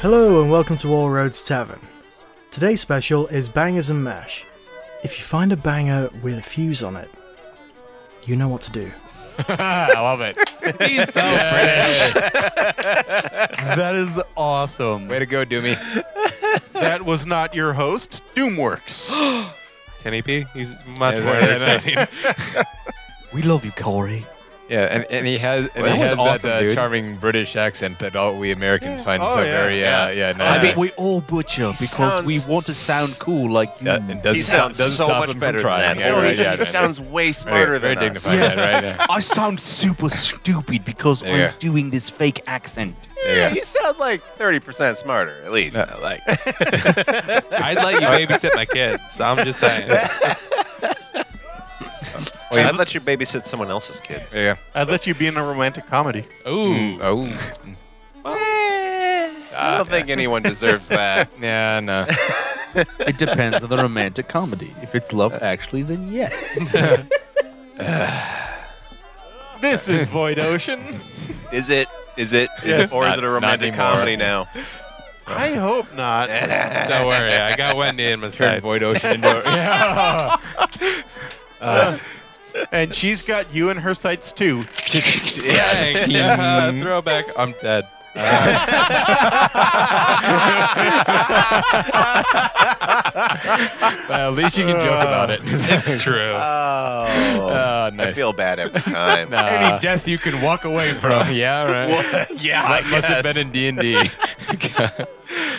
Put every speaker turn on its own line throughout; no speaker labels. Hello and welcome to All Roads Tavern. Today's special is Bangers and Mash. If you find a banger with a fuse on it, you know what to do.
I love it.
He's so British. that is awesome.
Way to go, Doomy.
that was not your host, Doomworks.
1080p. He's much
Yeah,
more
yeah,
entertaining.
We love you, Corey.
Yeah, and, and he has and
Well,
he
that
has
was awesome,
that uh,
dude.
charming British accent that all we Americans find
Oh,
so
yeah,
very yeah yeah.
I
nice.
think we all butcher because we
sounds
want to sound cool like you.
Yeah, it doesn't
He
stop,
sounds
doesn't
so
stop
much
him
better
from trying.
than that.
Yeah,
Oh,
right,
he,
yeah,
he
right.
sounds way smarter
very, very
than us.
dignified.
Yes.
Yeah, right. Yeah.
I sound super stupid because
There you
I'm
go.
doing this fake accent.
There you
Yeah,
go.
you sound like thirty percent smarter at least.
No,
like
I'd let you babysit my kids. I'm just saying.
Oh, yeah.
I'd let you babysit someone else's kids.
There you
I'd let you be in a romantic comedy.
go.
Ooh,
Mm, Oh.
I don't think anyone deserves that.
Yeah, no.
It depends on the romantic comedy. If it's love, actually, then yes.
This is Void Ocean.
Is it? Is it? Is
Yes.
it? Or is
Not-
it a
not
romantic
anymore.
comedy now?
I hope not.
don't worry. I got Wendy in my
Turn
sights.
Void Ocean into a-
Yeah.
uh,
And she's got you in her sights too.
Dang, yeah, throwback. I'm dead. Uh,
well, at least you can joke about it.
it's true.
Oh,
oh, nice.
I feel bad every time.
Nah.
death you can walk away
Bro, yeah, right.
yeah,
That must have been
guess.
in D and D.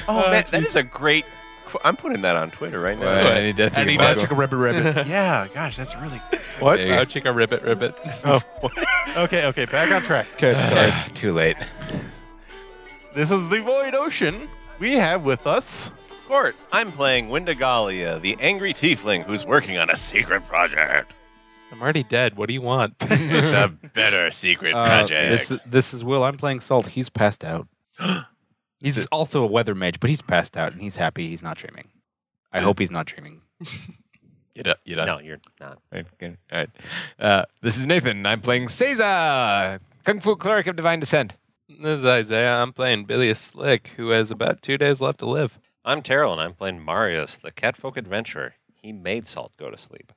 Oh man, that is a great. qu- I'm putting that on Twitter right now.
What?
Any death
Any
you can
death
walk-
Ribbit, ribbit. yeah, gosh, that's really.
What?
oh, chica ribbit, ribbit.
Okay, okay, back on track.
Too late.
This is the Void Ocean. We have with us.
Court, I'm playing Windigalia, the angry tiefling who's working on a secret project.
I'm already dead. What do you want?
It's a better secret
Uh,
project.
this, is- this is Will. I'm playing Salt. He's passed out. He's also a weather mage, but he's passed out and he's happy. He's not dreaming. I hope he's not dreaming.
Get up. Get up.
no, you're not.
Right, good. All right. Uh, this is Nathan. and I'm playing Caesar, Kung Fu Cleric of Divine Descent.
this is Isaiah. I'm playing Billy Slick, who has about two days left to live.
I'm Terrell, and I'm playing Marius, the catfolk adventurer. He made Salt go to sleep.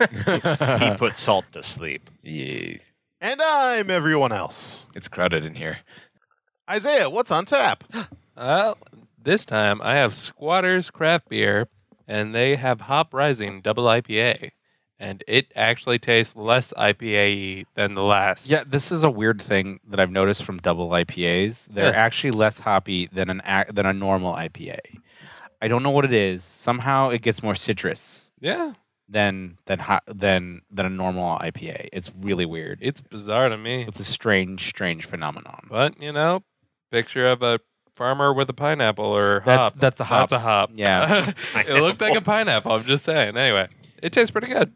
he put Salt to sleep.
Yeah,
And I'm everyone else.
it's crowded in here.
Isaiah, what's on tap?
Well, this time I have Squatters Craft Beer, and they have Hop Rising Double IPA, and it actually tastes less IPA than the last.
Yeah, this is a weird thing that I've noticed from double IPAs. They're
Yeah.
actually less hoppy than an ac- than a normal IPA. I don't know what it is. Somehow it gets more citrus
yeah,
than than ho- than than a normal IPA. It's really weird.
it's bizarre to me.
It's a strange, strange phenomenon.
But you know, picture of a farmer with a pineapple or a
That's-
hop.
that's a hop.
That's a hop.
Yeah.
it looked like a pineapple. I'm just saying. Anyway, it tastes pretty good.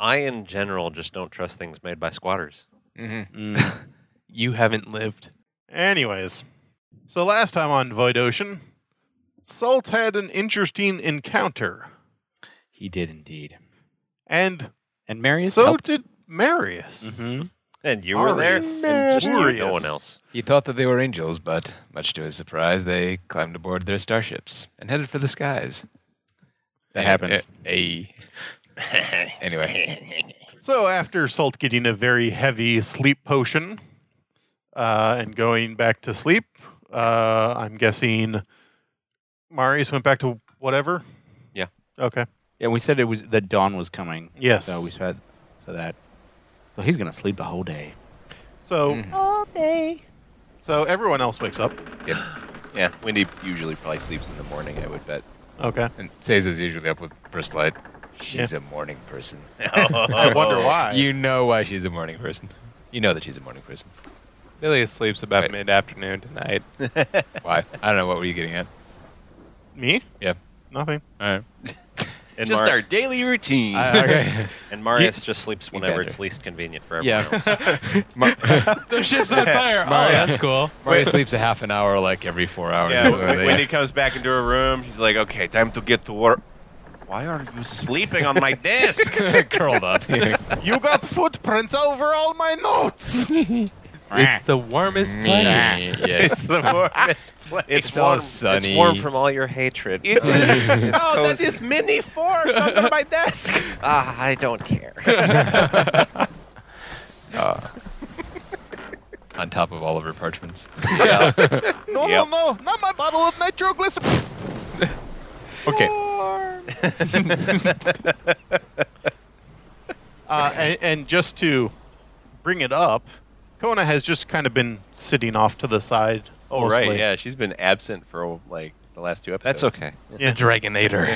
I, in general, just don't trust things made by squatters.
Mm.
You haven't lived.
Anyways, so last time on Void Ocean, Salt had an interesting encounter,
he did indeed.
and
And Marius
so
helped.
did Marius.
Mhm.
And you were there,
Marius.
and just you,
Marius.
no one else.
He thought that they were angels, but much to his surprise, they climbed aboard their starships and headed for the skies.
That
Eh,
happened.
eh, eh. anyway,
So after Salt getting a very heavy sleep potion uh, and going back to sleep, uh, I'm guessing Marius went back to whatever.
Yeah.
Okay.
Yeah, we said it was that dawn was coming.
Yes.
So we said so that. So he's gonna sleep the whole day.
So all day. So everyone else wakes up.
Yeah, Wendy usually probably sleeps in the morning, I would bet.
Okay.
and Caesar's usually up with first light. She's a morning person.
I wonder why.
You know why she's a morning person. You know that she's a morning person.
Billy sleeps about
Wait.
mid afternoon tonight.
Why? I don't know. What were you getting at?
Me?
Yeah.
Nothing.
All right.
And,
Just
Mar-
our daily routine.
I- okay.
and Marius just sleeps
You
whenever
better.
it's least convenient for everyone
yeah.
else.
the ship's on fire. Oh, that's cool.
Mario sleeps a half an hour like every four hours.
yeah,
Something like
when
that.
Wendy comes back into her room, she's like, "Okay, time to get to work." Why are you sleeping on my desk?
curled up.
you got footprints over all my notes.
It's the warmest place.
yes.
the warmest place.
It's all
It's
sunny.
warm from all your hatred.
It is. oh, that
cozy.
is mini fork under my desk.
ah, I don't care.
on top of all of her parchments.
No,
Yep.
no, no, not my bottle of nitroglycerin.
Okay.
Uh, and, and just to bring it up, Kona has just kind of been sitting off to the side.
Oh,
mostly.
right. Yeah, she's been absent for like the last two episodes.
That's okay.
Yeah.
Dragonator.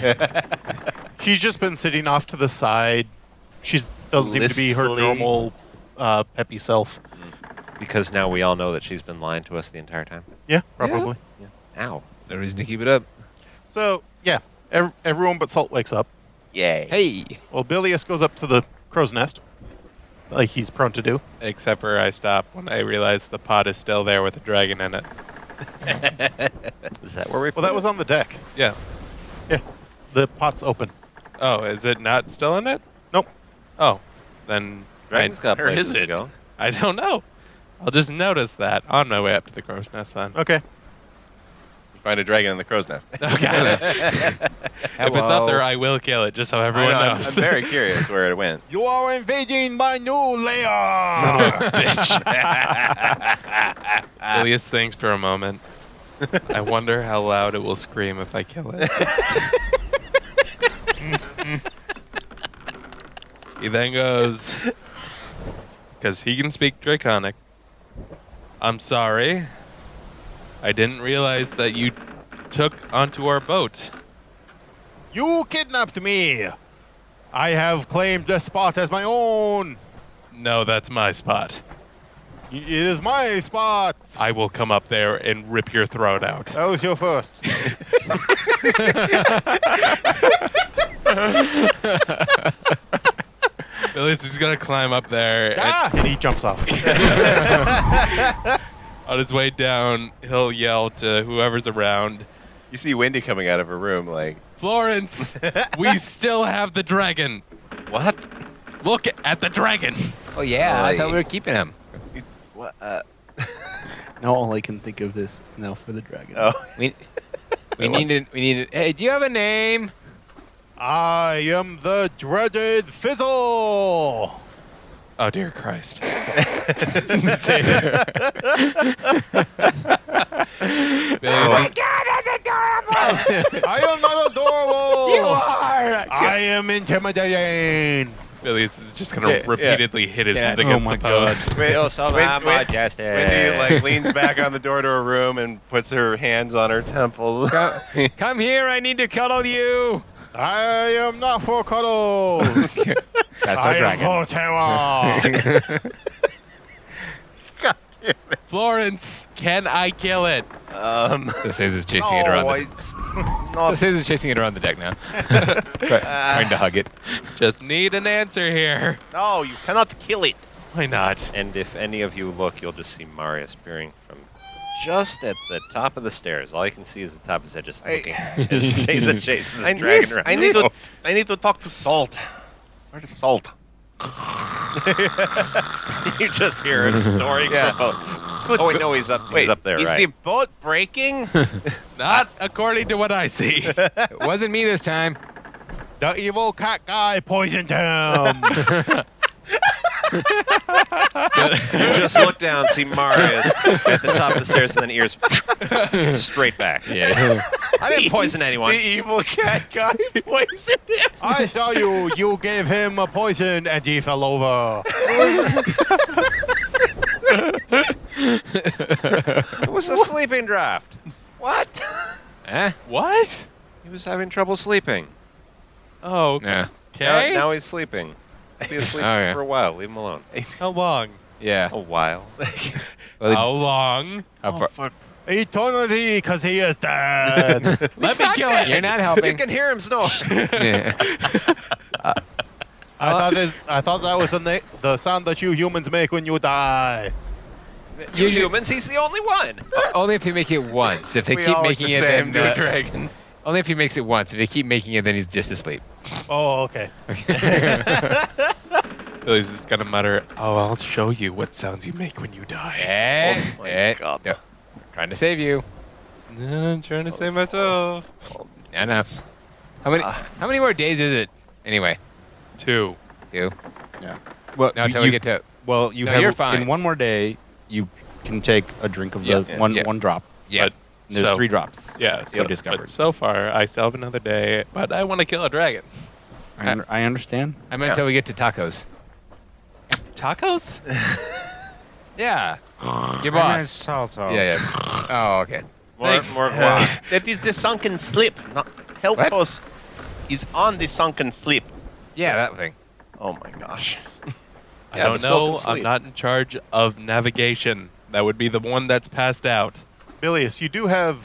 She's just been sitting off to the side. She doesn't seem to be her
Listfully.
normal uh, peppy self.
Because now we all know that she's been lying to us the entire time.
Yeah, probably.
Ow.
No reason to keep it up.
So, yeah, ev- everyone but Salt wakes up.
Yay.
Hey.
Well, Bilius goes up to the crow's nest, like he's prone to do.
Except for I stop when I realize the pot is still there with a dragon in it.
Is that where we
Well, that was on the deck.
Yeah.
Yeah, the pot's open.
Oh, is it not still in it?
Nope.
Oh, then
Dragon's
I,
got
Where
places
is
to
it?
go.
I don't know. I'll just notice that on my way up to the crow's nest then.
Okay.
You find a dragon in the crow's nest.
Oh, God. if it's up
Hello.
there, I will kill it, just so
I
everyone
know, I'm, I'm
knows.
very curious where it went.
You are invading my new lair.
Ilias thinks for a moment. I wonder how loud it will scream if I kill it. he then goes, because he can speak Draconic. I'm sorry. I didn't realize that you took onto our boat.
You kidnapped me. I have claimed the spot as my own.
No, that's my spot.
It is my spot.
I will come up there and rip your throat out.
That was your first.
Ilias is gonna climb up there and
ah! And he jumps off.
on his way down, he'll yell to whoever's around,
You see Wendy coming out of her room, like,
Florence, we still have the dragon. What? Look at the dragon.
Oh yeah, I thought
Oy.
we were keeping him.
what? Uh,
Now all I can think of this is now for the dragon.
oh,
We we needed we needed. Hey, do you have a name?
I am the dreaded Fizzle.
Oh dear Christ. Billy,
I am not adorable. you are. I am intimidating.
Billy is just gonna
Yeah, yeah.
repeatedly hit his
Yeah.
head
Oh
against the post.
Wen-
Yo, so
Wen-
I'm
Wen-
majestic.
Wendy like leans back on the door to her room and puts her hands on her temple.
Come here, I need to cuddle you.
I am not for cuddles.
That's our
I am
dragon.
for terror.
Florence, can I kill it?
um,
This is is chasing it around.
no,
The,
Oh, it's not.
this is is chasing it around the deck now, trying to hug it.
Just need an answer here.
No, you cannot kill it.
Why not?
And if any of you look, you'll just see Marius peering from just at the top of the stairs. All you can see is the top of his head just
I-
looking as Seiza chases a
I
dragon
need,
around.
I
the
need to.
boat.
I need to talk to Salt. Where's Salt?
You just hear him snoring
Yeah.
from boat. Oh, wait, no, he's up, he's up there,
is
right?
the boat breaking?
Not according to what I see.
It wasn't me this time.
the evil cat guy poisoned him.
You just look down, see Marius at the top of the stairs, and then ears straight back.
Yeah.
I didn't poison
the
anyone.
evil cat guy poisoned him.
I saw you. You gave him a poison and he fell over.
It was a sleeping draft.
What?
eh?
what?
He was having trouble sleeping.
Oh,
Yeah.
Now,
okay.
now he's sleeping. He'll be asleep
Oh, yeah.
for a while. Leave him alone.
How long?
Yeah.
A while.
Well, they-
How long?
how far-
Eternity, because he is dead.
Let me kill it.
You're not
You
helping.
can hear him snore.
Yeah.
I thought this, I thought that was the na- the sound that you humans make when you die.
you humans, he's the only one.
Only if they make it once. If they
we
keep
all look
making
the
it, then
same to a
uh,
dragon.
only if he makes it once. If they keep making it, then he's just asleep.
Oh, okay.
Billy's just gonna mutter, "Oh, I'll show you what sounds you make when you
Oh
die."
Eh,
my
eh,
God.
yeah. Trying to save you.
I'm trying to save myself.
I know. How many? how many more days is it? Anyway,
Two.
two.
Well,
No,
you-
until
you-
we get to.
Well, you
No,
have
you're fine.
in one more day. You can take a drink of the
Yeah.
one
Yeah.
one drop.
Yeah.
But-
And There's
So-
three drops.
Yeah. So,
you discovered.
but so far, I still have another day, but I want to kill a dragon.
I, un- I understand.
I meant until we get to tacos.
Tacos?
Yeah. Your boss. Yeah, yeah. Oh, okay.
More,
Thanks.
more
Uh,
guac.
That is the sunken slip. Not help
What?
us is on the sunken slip.
Yeah, that thing.
Oh my gosh.
I
Yeah, the
don't
salt
know.
and
I'm
sleep.
not in charge of navigation. That would be the one that's passed out.
Bilius, you do have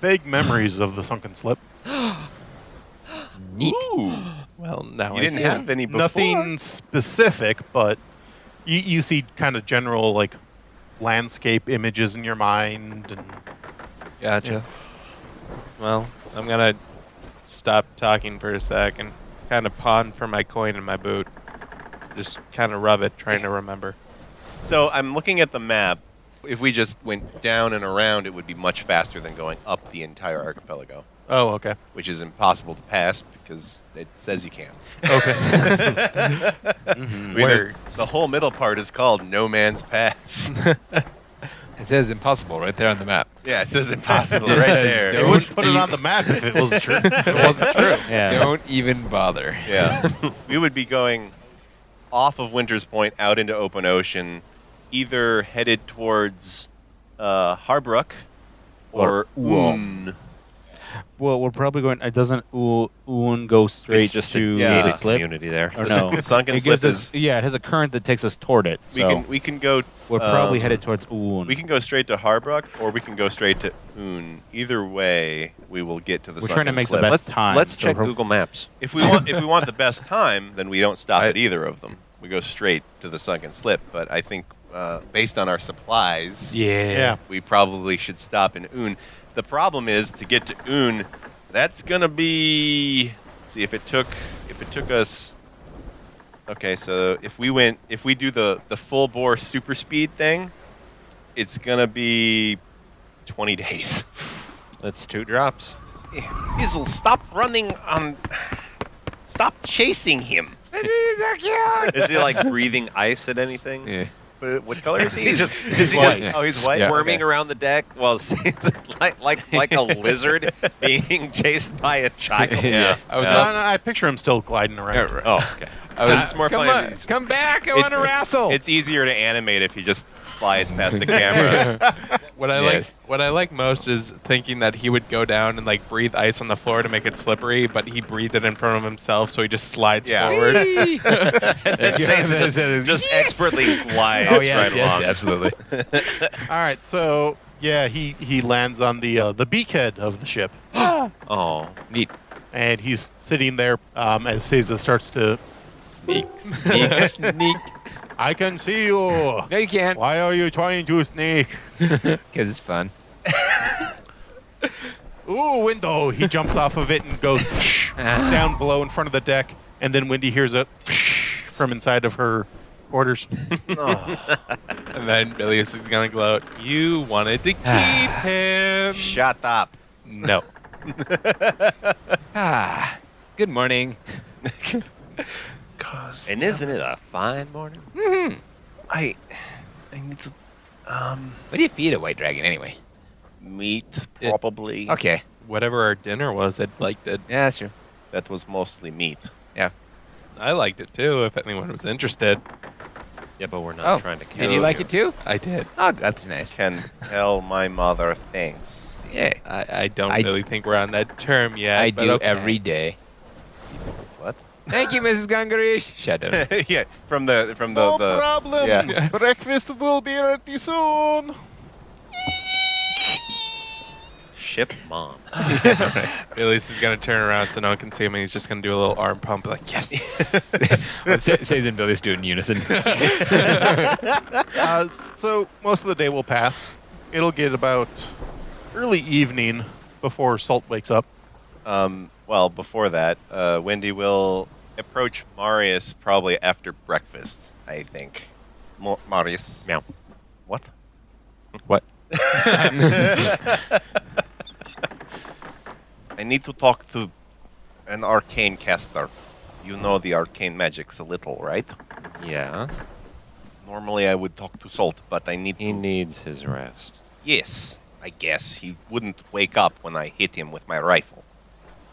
vague memories of the sunken slip.
Well, now
You
I
didn't
do.
have any before.
Nothing specific, but you, you see kind of general like landscape images in your mind. And
Gotcha. Well, I'm gonna stop talking for a sec and kind of pawn for my coin in my boot. Just kind of rub it, trying to remember.
So I'm looking at the map. If we just went down and around, it would be much faster than going up the entire archipelago,
oh, okay.
which is impossible to pass because it says you can. Okay.
Mm-hmm.
the whole middle part is called No Man's Pass.
It says impossible right there on the map.
yeah, it says impossible
It
right
says
there.
They
Don't
wouldn't put it
eat-
on the map if it was true.
It wasn't true.
Yeah.
Don't even bother.
Yeah. we would be going off of Winter's Point out into open ocean, either headed towards uh, Harbrook
Or
or Oon.
Well, we're probably going. It doesn't u- un go straight
It's just
to
a
yeah.
the
gated
slip
community there.
or no?
The sunken
it
slip
gives
is.
us yeah. It has a current that takes us toward it.
We
So
can we can go.
we're probably
um,
headed towards un.
We can go straight to Harbrook or we can go straight to Oon. Either way, we will get to the.
we're trying to
sunken
make
slip.
the best
Let's,
time.
let's
so
check
we're-
Google Maps.
If we want if we want the best time, then we don't stop
I-
at either of them. We go straight to the sunken slip. But I think uh, based on our supplies,
Yeah.
yeah.
we probably should stop in Un. The problem is to get to Un, that's gonna be. See if it took if it took us. Okay, so if we went if we do the the full bore super speed thing, it's gonna be twenty days.
That's two drops.
Fizzle, stop running on. Stop chasing him.
Is he like breathing ice at anything?
Yeah.
But what color is he?
He's
just
is he
white.
just
Yeah.
oh he's white.
Yeah.
squirming around the deck while like like like a lizard being chased by a child?
Yeah. I was
No,
not-
no, I picture him still gliding around.
yeah, right.
Oh, okay.
I was
It's more
come
fun if
on,
he's-
come back. I
It-
want to wrestle.
It's easier to animate if he just flies past the camera.
What I
Yes.
like, what I like most is thinking that he would go down and like breathe ice on the floor to make it slippery, but he breathed it in front of himself, so he just slides
Yeah.
forward.
And
Yeah,
Jason
that
just,
is-
just expertly glides
oh yes,
right
yes,
along.
absolutely.
All right, so yeah, he he lands on the uh, the beakhead of the ship,
Oh,
Neat.
and he's sitting there um, as Caesar starts to.
Sneak, sneak, sneak.
I can see you.
No, you can't.
Why are you trying to sneak?
Because it's fun.
Ooh, window! He jumps off of it and goes
Ah.
down below in front of the deck, and then Wendy hears a from inside of her quarters.
And then Billius is gonna gloat, "You wanted to keep him."
Shut up.
No.
Ah, good morning.
and isn't it a fine morning?
I I need to
What do you feed a white dragon anyway?
meat
It-
probably.
Okay.
Whatever our dinner was, it liked it.
Yeah, that's true.
That was mostly meat.
I liked it too. If anyone was interested,
Yeah, but we're not
Oh,
trying to kill
Did you like it too?
I did.
Oh, that's nice.
Can tell my mother thanks.
Yeah.
I, I don't
I-
really think we're on that term yet.
I
but
do
okay.
every day.
What?
Thank you, Mrs. Gungarish. Shut up.
yeah, from the from the,
no
the
problem.
yeah.
Breakfast will be ready soon.
Ship mom.
Billius is gonna turn around so no one can see him, and he's just gonna do a little arm pump, like yes.
Says and Billy's doing unison.
uh, so most of the day will pass. It'll get about early evening before Salt wakes up.
um well before that, uh, Wendy will approach Marius probably after breakfast. I think. Mo- Marius.
Meow.
What?
What?
I need to talk to an arcane caster. You know the arcane magics a little, right?
Yeah.
Normally I would talk to Salt, but I need
He
to.
needs his rest.
Yes, I guess he wouldn't wake up when I hit him with my rifle.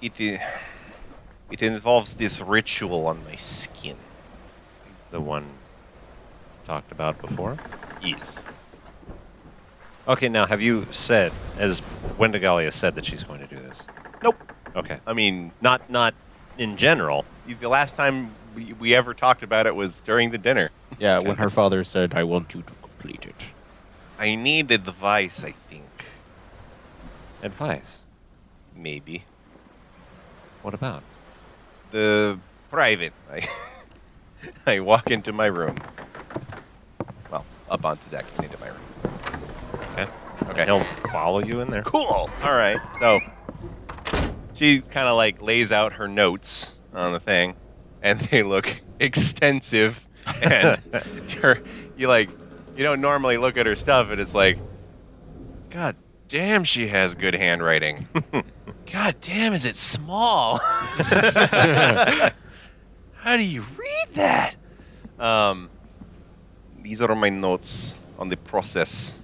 It i- it involves this ritual on my skin.
The one talked about before.
Yes.
Okay, now have you said, as Wendigalia said, that she's going to do this?
Nope.
Okay.
I mean,
Not not in general.
the last time we, we ever talked about it was during the dinner.
Yeah, when her father said, "I want you to complete it."
I need advice, I think.
Advice.
Maybe.
What about?
The private. I, I walk into my room. Well, up onto deck and into my room.
Okay.
Okay.
He'll follow you in there.
Cool. All right. So she kind of like lays out her notes on the thing, and they look extensive. And you're, you like, you don't normally look at her stuff, and it's like, God damn, she has good handwriting. God damn, is it small? How do you read that? Um, these are my notes on the process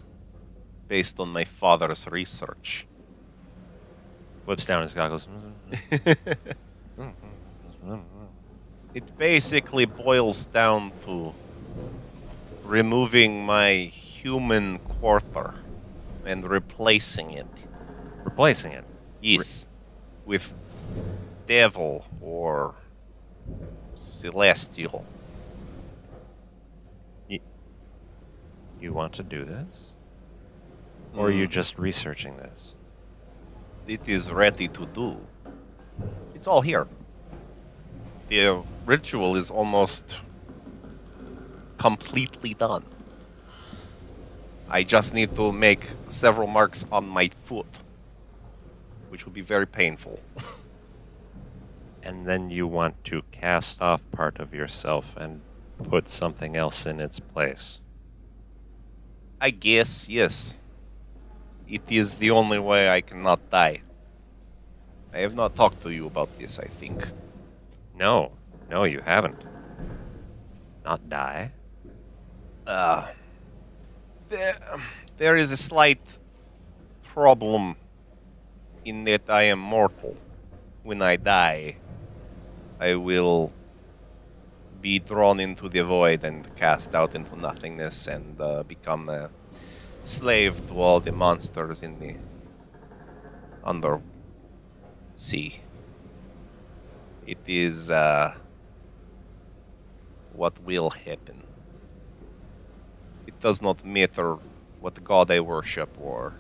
based on my father's research.
Whips down his goggles.
It basically boils down to removing my human quarter and replacing it.
Replacing it.
Yes. With devil or celestial.
You want to do this? Or are you just researching this?
It is ready to do. It's all here. The ritual is almost completely done. I just need to make several marks on my foot, which will be very painful.
And then you want to cast off part of yourself and put something else in its place.
I guess, yes. It is the only way I cannot die. I have not talked to you about this, I think.
No, no, you haven't. Not die.
Uh, there, there is a slight problem in that I am mortal. When I die, I will be drawn into the void and cast out into nothingness and uh, become a slave to all the monsters in the under sea. It is uh, what will happen it does not matter what god I worship or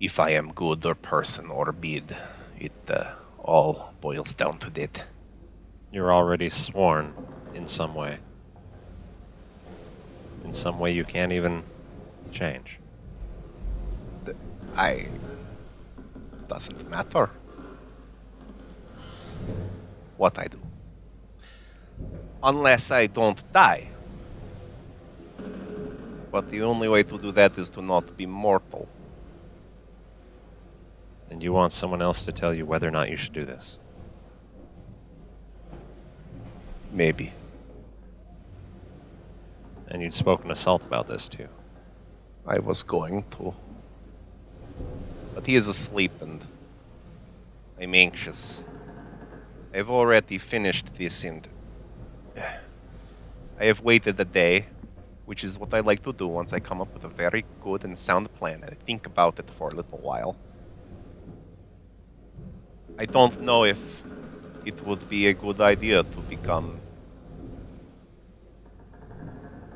if I am good or person or bid. It uh, all boils down to that.
You're already sworn in some way. In some way you can't even change.
I doesn't matter what I do, unless I don't die. But the only way to do that is to not be mortal.
And you want someone else to tell you whether or not you should do this.
Maybe.
And you'd spoken to Salt about this too.
I was going to. But he is asleep and I'm anxious. I've already finished this and I have waited a day, which is what I like to do once I come up with a very good and sound plan and I think about it for a little while. I don't know if it would be a good idea to become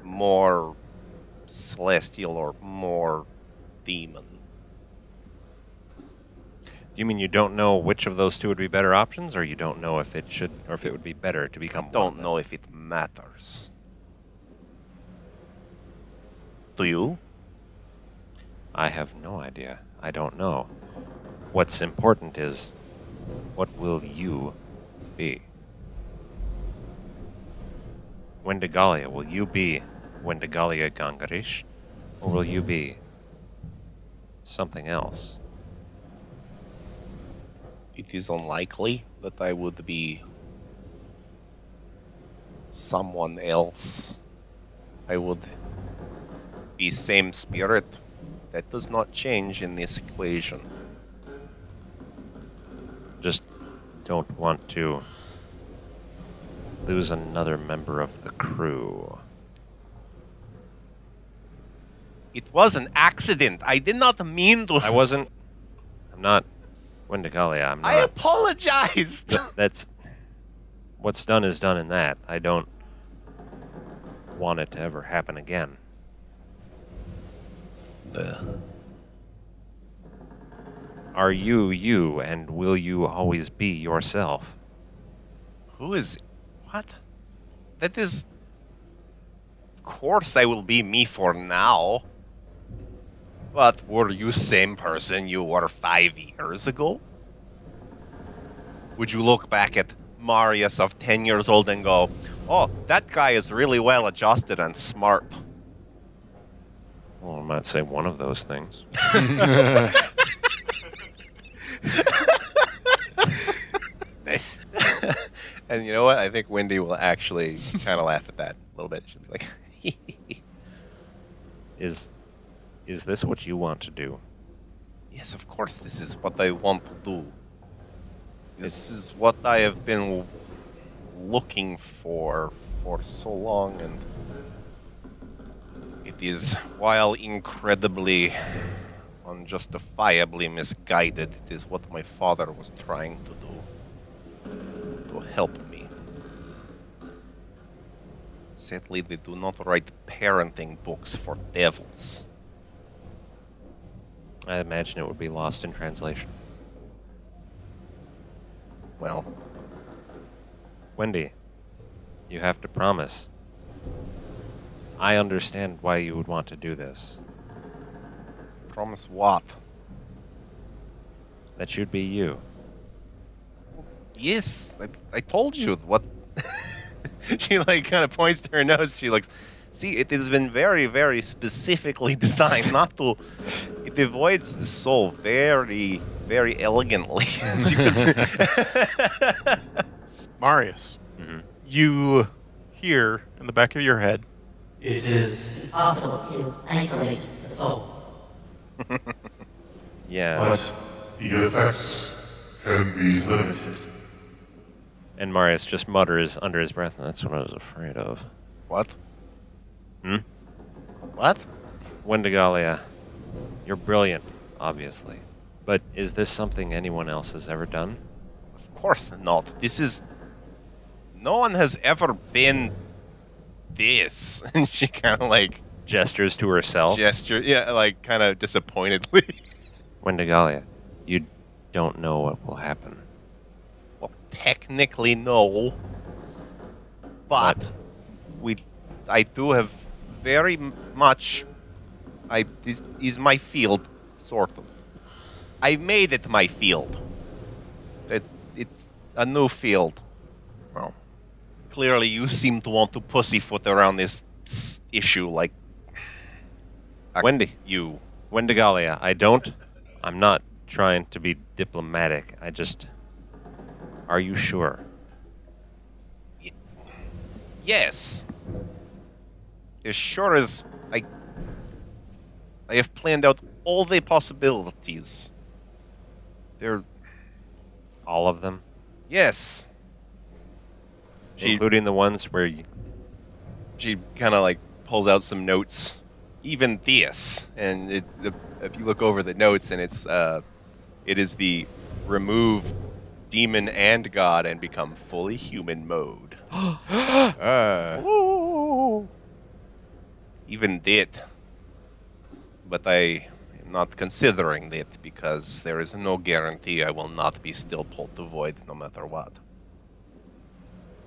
more celestial or more demon.
Do you mean you don't know which of those two would be better options, or you don't know if it should, or if it would be better to become?
Don't
one?
know if it matters. Do you?
I have no idea. I don't know. What's important is, what will you be? Wendigalia, will you be Wendigalia Gangarish? Or will you be something else?
It is unlikely that I would be someone else. I would be same spirit. That does not change in this equation.
Just don't want to lose another member of the crew.
It was an accident. I did not mean to.
I wasn't. I'm not Wendigalia. I'm not.
I apologized.
Th- that's what's done is done in that. I don't want it to ever happen again. Are you you and will you always be yourself?
Who is what? That is Of course I will be me for now. But were you same person you were five years ago? Would you look back at Marius of ten years old and go, Oh, that guy is really well adjusted and smart.
Well, I might say one of those things.
Nice.
And you know what? I think Wendy will actually kinda laugh at that a little bit. She'll be like
Is is this what you want to do?
Yes, of course, this is what I want to do. This is what I have been looking for for so long, and it is, while incredibly, unjustifiably misguided, it is what my father was trying to do to help me. Sadly, they do not write parenting books for devils.
I imagine it would be lost in translation.
Well,
Wendy, you have to promise. I understand why you would want to do this.
promise what?
That you'd be you.
Yes, I, I told you what
she like kind of points to her nose. She looks.
See, it has been very, very specifically designed not to. It avoids the soul very, very elegantly. as you can see.
Marius, you hear in the back of your head,
It is possible to isolate the soul.
Yeah.
but the effects can be limited.
And Marius just mutters under his breath, and that's what I was afraid of.
what?
Hmm?
What?
Wendigalia, you're brilliant, obviously. But is this something anyone else has ever done?
Of course not. This is. No one has ever been this.
And she kind of like
Gestures to herself.
gesture. Yeah, like kind of disappointedly.
Wendigalia, you don't know what will happen.
well, technically, no. But we, I do have very m- much. I this is my field, sort of. I made it my field. It, it's a new field. Well, clearly you seem to want to pussyfoot around this s- issue, like I-
Wendy.
you.
Wendigalia, I don't. I'm not trying to be diplomatic. I just. Are you sure?
Yes. As sure as I I have planned out all the possibilities. There
All of them?
yes.
She
Including the ones where you.
she kind of like pulls out some notes, even this, and it, the, if you look over the notes, and it's uh, it is the remove demon and god and become fully human mode.
Uh,
Even that.
But I am not considering it because there is no guarantee I will not be still pulled to void no matter what.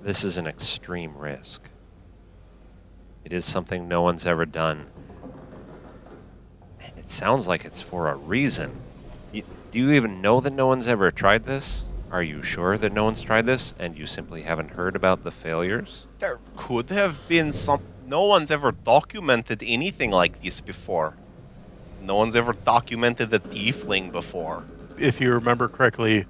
This is an extreme risk. It is something no one's ever done. And it sounds like it's for a reason. You, do you even know that no one's ever tried this? Are you sure that no one's tried this and you simply haven't heard about the failures?
There could have been some. No one's ever documented anything like this before. No one's ever documented a tiefling before.
If you remember correctly,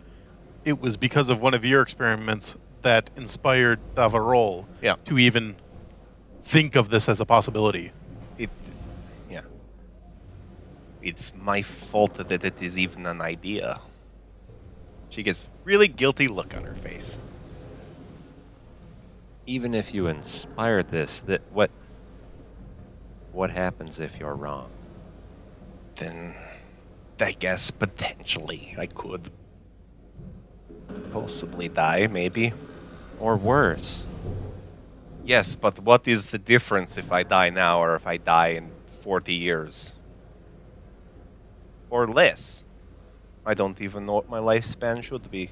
it was because of one of your experiments that inspired Davarol
Yeah.
to even think of this as a possibility.
It, yeah. It's my fault that it is even an idea. She gets really guilty look on her face.
Even if you inspired this, that what what happens if you're wrong?
Then, I guess potentially I could possibly die, maybe.
Or worse,
Yes, but what is the difference if I die now or if I die in 40 years? Or less? I don't even know what my lifespan should be.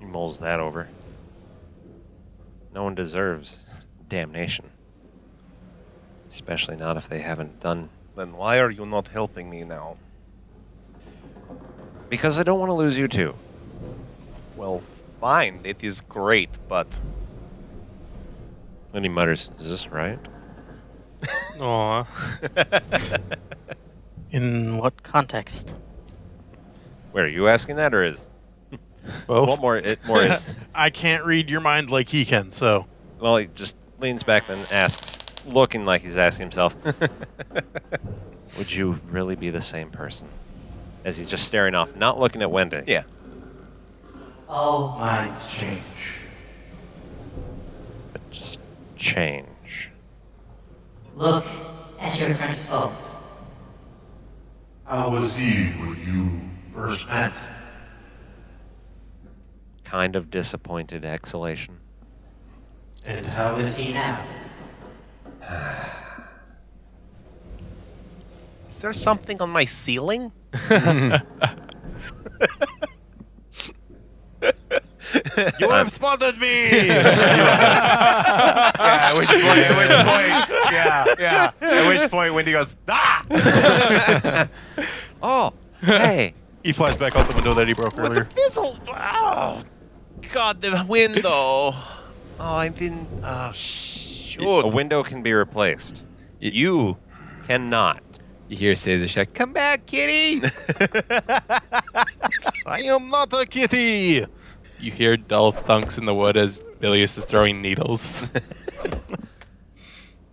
he mulls that over. No one deserves damnation. Especially not if they haven't done
Then why are you not helping me now?
because I don't want to lose you too.
Well, fine, it is great, but
Then he mutters, Is this right?
Aw.
In what?
Context.
Wait, are you asking that or is
Both.
what more it more is
I can't read your mind like he can, so
Well, he just leans back and asks, looking like he's asking himself, Would you really be the same person? As he's just staring off, not looking at Wendy.
yeah.
Oh,
Minds change.
But just change.
look at your friend Salt.
How was he when you first met?
Kind of disappointed exhalation.
And how is
See now.
Is there something on my ceiling?
you have spotted me.
Ah,
yeah, at which point, at which point, yeah, yeah. At which point, Wendy goes, ah!
Oh, hey.
he flies back out the window that he broke
What the
earlier.
fizzle? Oh, God, the window. Oh, I didn't. Oh, shoot.
A window can be replaced.
Y-
You cannot.
You hear Caesar shout, "Come back, kitty!"
I am not a kitty.
You hear dull thunks in the wood as Bilius is throwing needles.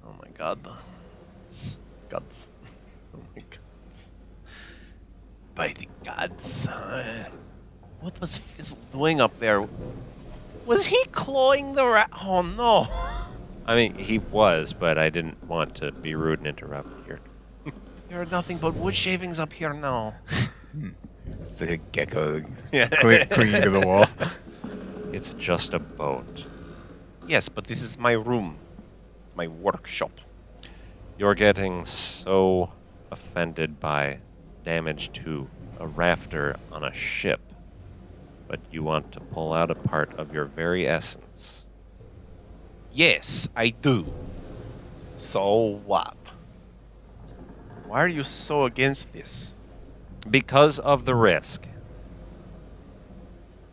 Oh my god. It's Gods. Oh my gods. By the gods. Uh, What was Fizzle doing up there? Was he clawing the rat? Oh no.
I mean, he was, but I didn't want to be rude and interrupt your
There are nothing but wood shavings up here now.
It's like a gecko
Yeah.
cling- clinging to the wall.
It's just a boat.
Yes, but this is my room. My workshop.
You're getting so offended by damage to a rafter on a ship, but you want to pull out a part of your very essence.
Yes, I do. So what? Why are you so against this?
Because of the risk.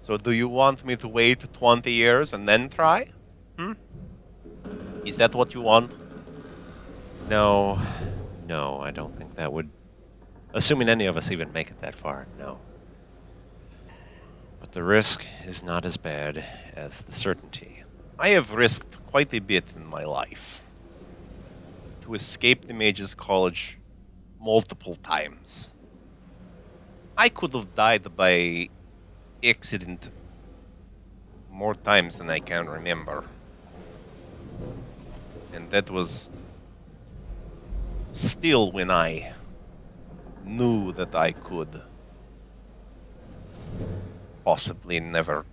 So do you want me to wait 20 years and then try? Hmm? Is that what you want?
No, no, I don't think that would. Assuming any of us even make it that far, no. But the risk is not as bad as the certainty.
I have risked quite a bit in my life to escape the Mages College multiple times. I could have died by accident more times than I can remember. And that was still when I knew that I could possibly never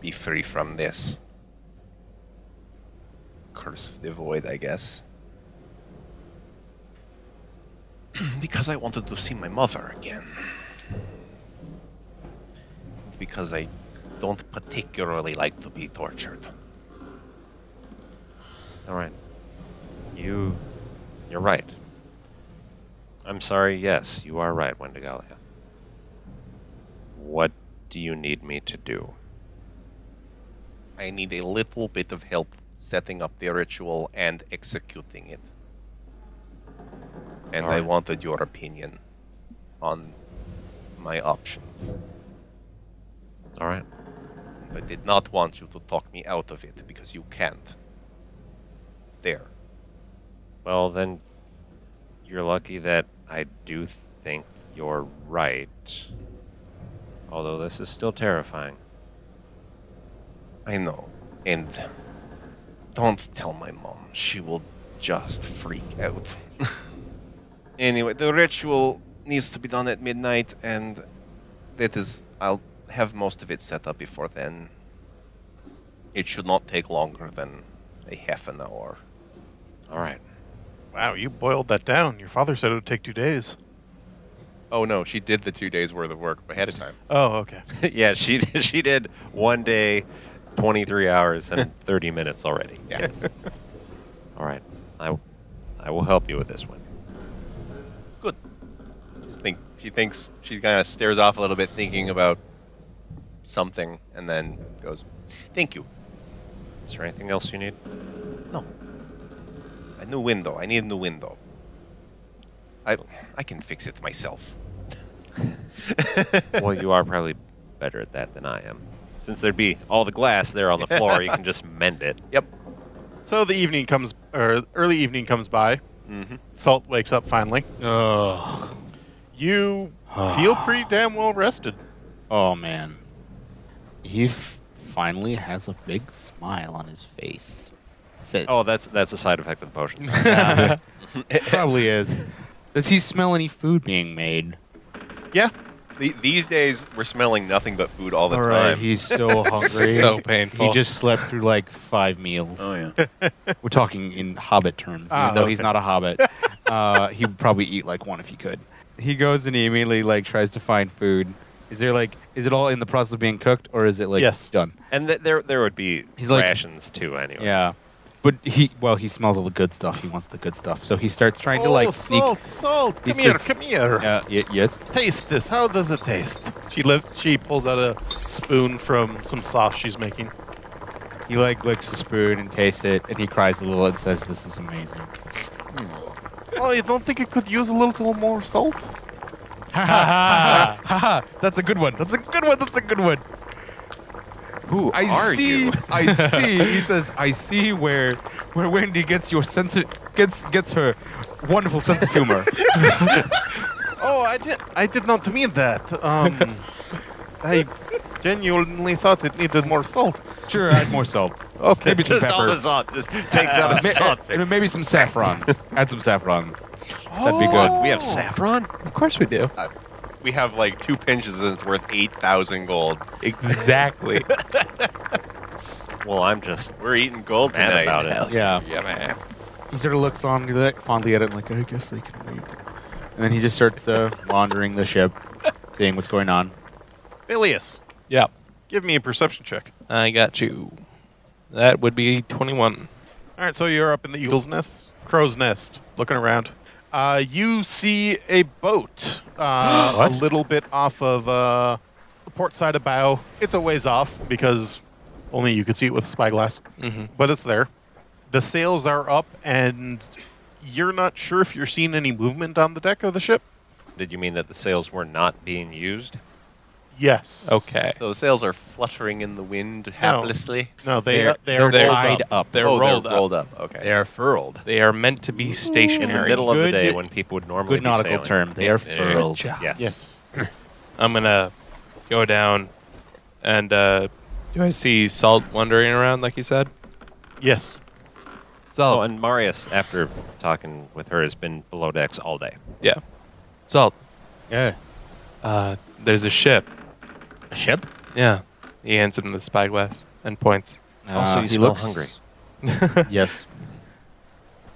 be free from this. Curse of the void, I guess. because I wanted to see my mother again. Because I don't particularly like to be tortured.
All right. You, you're right. I'm sorry. Yes, you are right, Wendigalia. What do you need me to do?
I need a little bit of help setting up the ritual and executing it. And I
Alright.
wanted your opinion on my options.
All right.
And I did not want you to talk me out of it because you can't. There.
Well, then you're lucky that I do think you're right. Although this is still terrifying.
I know. And don't tell my mom. She will just freak out. anyway, the ritual needs to be done at midnight, and that is. I'll have most of it set up before then. It should not take longer than a half an hour.
All right.
Wow, you boiled that down. Your father said it would take two days.
Oh no, she did the two days worth of work ahead of time.
Oh, okay.
yeah, she she did one day, 23 hours and 30 minutes already.
Yeah.
Yes. All right. I I will help you with this one.
Good. Just think she thinks she kind of stares off a little bit, thinking about something, and then goes, "Thank you."
Is there anything else you need?
No. A new window. I need a new window. I I can fix it myself.
well, you are probably better at that than I am. Since there'd be all the glass there on the floor, you can just mend it.
Yep.
So the evening comes, or early evening comes by.
Mm-hmm.
Salt wakes up finally.
Oh,
You feel pretty damn well rested.
oh man.
He f- finally has a big smile on his face. Said,
Oh, that's that's a side effect of the potion.
It probably is. Does he smell any food being made?
Yeah.
The, these days we're smelling nothing but food all the
All right,
time.
he's so hungry.
so painful.
He just slept through like five meals.
Oh yeah.
We're talking in hobbit terms,
Ah,
even though he's
okay.
not a hobbit. uh, he would probably eat like one if he could. He goes and he immediately like tries to find food. Is there like is it all in the process of being cooked or is it like
Yes.
done?
and th- there there would be
He's like-
rations too anyway.
Yeah. But he well he smells all the good stuff. He wants the good stuff. So he starts trying to
oh,
like sneak
salt, salt!
He
Come here,
starts-
come here.
uh, y- yes.
Taste this. How does it taste? She lift, She pulls out a spoon from some sauce she's making.
He like licks the spoon and tastes it and he cries a little and says this is amazing.
oh, you don't think it could use a little more salt?
ha ha! That's a good one. That's a good one. That's a good one.
Who
I
are
see.
you?
I see. He says, "I see where where Wendy gets your sense of, gets gets her wonderful sense of humor."
Oh, I did. I did not mean that. Um, I genuinely thought it needed more salt.
sure, add more salt.
Okay.
Maybe some
Just all
pepper.
the salt. Just takes out the
May-
salt.
uh, maybe some saffron. add some saffron. That'd be good.
Oh.
We have saffron.
Of course we do.
We have like two pinches and it's worth eight thousand gold.
exactly.
Well, I'm just
We're eating gold
mad
tonight.
about it.
Yeah.
yeah, man.
He sort of looks on like, fondly at it, like I guess they can wait. And then he just starts uh, wandering the ship, seeing what's going on.
Ilias,
Yep.
give me a perception check.
I got you. That would be 21.
All right, so you're up in the eagle's nest, crow's nest, looking around. Uh, you see a boat uh, a little bit off of uh, the port side of bow. It's a ways off because only you could see it with a spyglass,
Mhm.
but it's there. The sails are up, and you're not sure if you're seeing any movement on the deck of the ship.
Did you mean that the sails were not being used?
Yes.
Okay.
So the sails are fluttering in the wind haplessly.
No, they
They're-
they are
they're
rolled
tied
up.
They're
Oh,
rolled
they're
up.
rolled up. Okay.
They are furled.
They are meant to be
In the
stationary.
middle of the
Good-
day when people would normally
Good
be
nautical
sailing.
term. They are
There.
furled.
Good job.
Yes.
Yes.
I'm gonna go down and uh do I see Salt wandering around like you said?
Yes.
Salt.
Oh, and Marius, after talking with her, has been below decks all day.
yeah. Salt.
Yeah.
Uh there's a ship.
A ship?
Yeah. He hands him the spyglass and points.
Uh,
Also, you
he
smell
looks
hungry.
yes.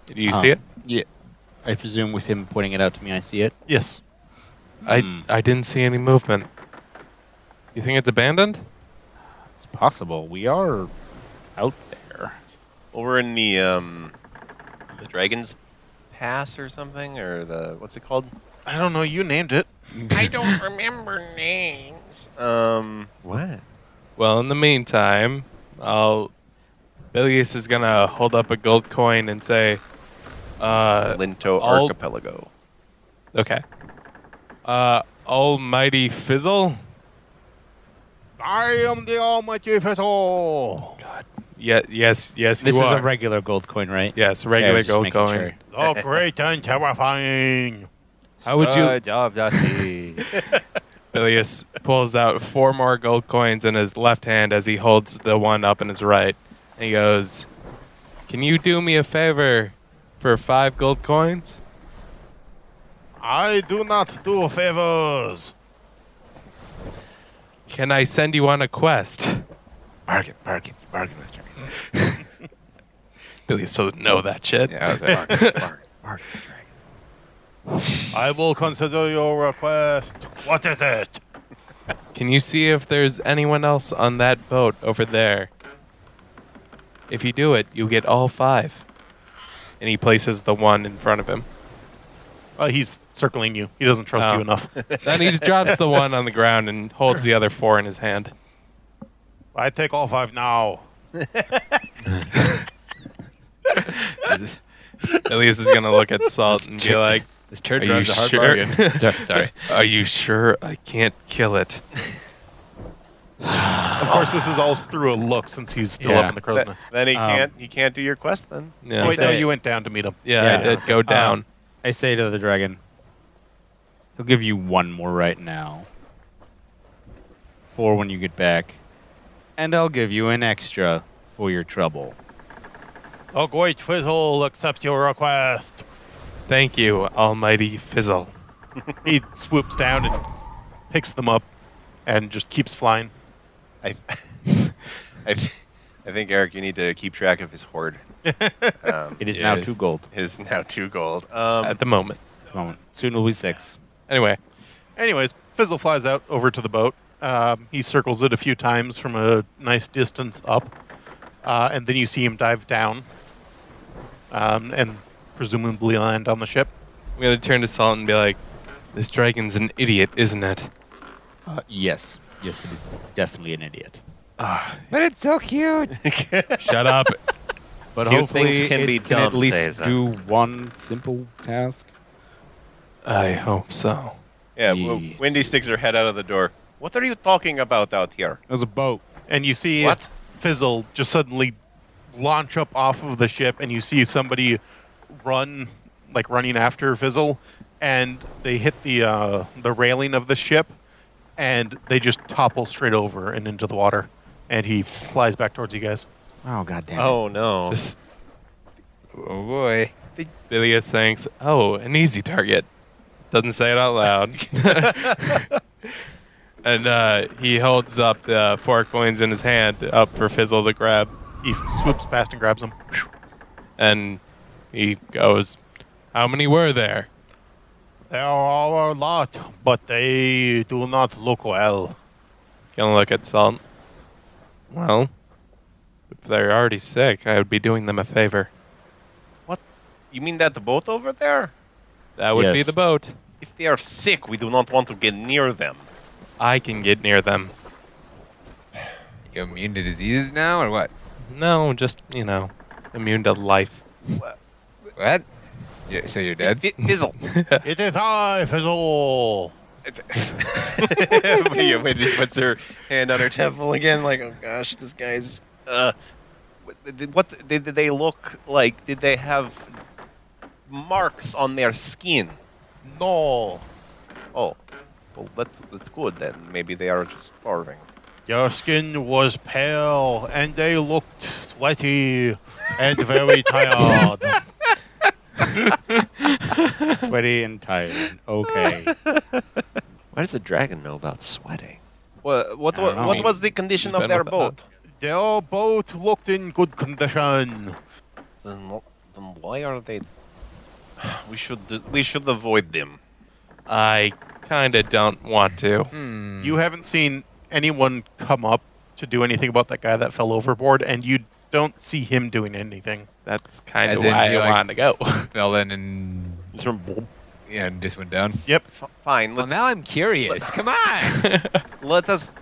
Do
Uh-huh.
Uh-huh.
you see it?
Yeah. I presume with him pointing it out to me, I see it.
Yes.
I I didn't see any movement. You think it's abandoned?
It's possible. We are out there.
Over in the um, the Dragon's Pass or something, or the what's it called?
I don't know. You named it.
I don't remember names.
times. Um,
What?
Well, in the meantime, I'll. Bilius is gonna hold up a gold coin and say, uh,
Linto
I'll-
Archipelago.
"Okay, uh, Almighty Fizzle."
I am the almighty vessel.
Yeah, yes, yes,
This
you
is
are.
a regular gold coin, right?
yes, regular
just
gold
making
coin.
sure.
Oh, great and terrifying.
How would you?
Job, Dusty.
Bilius pulls out four more gold coins in his left hand as he holds the one up in his right. And he goes, Can you do me a favor for five gold coins?
I do not do favors.
Can I send you on a quest?
Bargain, bargain, bargain with Drake.
Bilius doesn't know that shit.
Yeah, I was like,
Bargain with Drake.
I will consider your request. What is it?
Can you see if there's anyone else on that boat over there? If you do it, you get all five. And he places the one in front of him.
Uh, he's circling you. He doesn't trust
Oh.
you enough.
Then he drops the one on the ground and holds the other four in his hand.
I take all five now.
Elias is gonna look at Salt and be like,
This turd
Are
drives
you
a hard
sure?
bargain. sorry, sorry.
"Are you sure I can't kill it?"
Of course, this is all through a look since he's still
Yeah.
up in the crow's nest.
Then he
Um,
can't he can't do your quest then.
Yeah,
Wait, no,
say-
you went down to meet him.
yeah, I
yeah.
did
Uh,
go down.
Um, I say to the dragon, he'll give you one more right now. Four when you get back. And I'll give you an extra for your trouble.
Oh, great Fizzle, accept your request.
Thank you, Almighty Fizzle.
He swoops down and picks them up and just keeps flying.
I I, th- I think Eric, you need to keep track of his hoard. Um,
It is
Yeah,
now
it is.
two gold.
his now two gold. Um,
At the moment,
Moment. Soon will be six.
anyway,
Anyways, Fizzle flies out over to the boat. Um, he circles it a few times from a nice distance up, uh, and then you see him dive down um, and presumably land on the ship.
I'm gonna turn to Salt and be like, "This dragon's an idiot, isn't it?"
Uh, yes. Yes, it is definitely an idiot. Ah.
but it's so cute.
Shut up.
But
Cute
hopefully
things can
it
be
can at
dumb,
least
says I.
do one simple task.
I hope so.
yeah, well,
Yes.
Wendy sticks her head out of the door. What are you talking about out here?
There's a boat.
And you see
What?
Fizzle just suddenly launch up off of the ship, and you see somebody run, like running after Fizzle, and they hit the uh, the railing of the ship, and they just topple straight over and into the water. And he flies back towards you guys.
Oh, god damn
Oh no.
Just
Oh boy.
Bilius thinks, "Oh, an easy target." Doesn't say it out loud. and uh, he holds up the four coins in his hand up for Fizzle to grab.
He swoops past and grabs him.
and he goes, "How many were there?"
There are a lot, but they do not look well.
Gonna look at Salt. Well, if they're already sick, I would be doing them a favor.
You mean that the boat over there?
That would be
Yes.
the boat.
If they are sick, we do not want to get near them.
I can get near them.
You immune to diseases now or what?
No, just you know, immune to life.
What? Yeah, so you're dead?
Fi- Fizzle.
it is I, Fizzle.
yeah, Wendy puts her hand on her temple again, like, oh gosh, this guy's. Uh, what did, what did, did they look like? Did they have marks on their skin?
No,
Oh, well, that's that's good then. Maybe they are just starving.
Your skin was pale, and they looked sweaty and very tired.
it. Sweaty and tired. Okay.
Why does a dragon know about sweating?
Well, what
I don't
wa-
know.
what was the condition of
Ben
their
with the
boat?
Their boat looked in good condition.
Then, wh- then why are they? We should d- we should avoid them.
I kinda don't want to.
Hmm.
You haven't seen anyone come up to do anything about that guy that fell overboard, and you don't see him doing anything.
That's kind
As
of
in,
why I
you like-
wanted to go.
fell in and
Is there a bulb?
Yeah, and just went down.
Yep.
F- fine.
Well,
Let's,
now I'm curious. Come on.
let us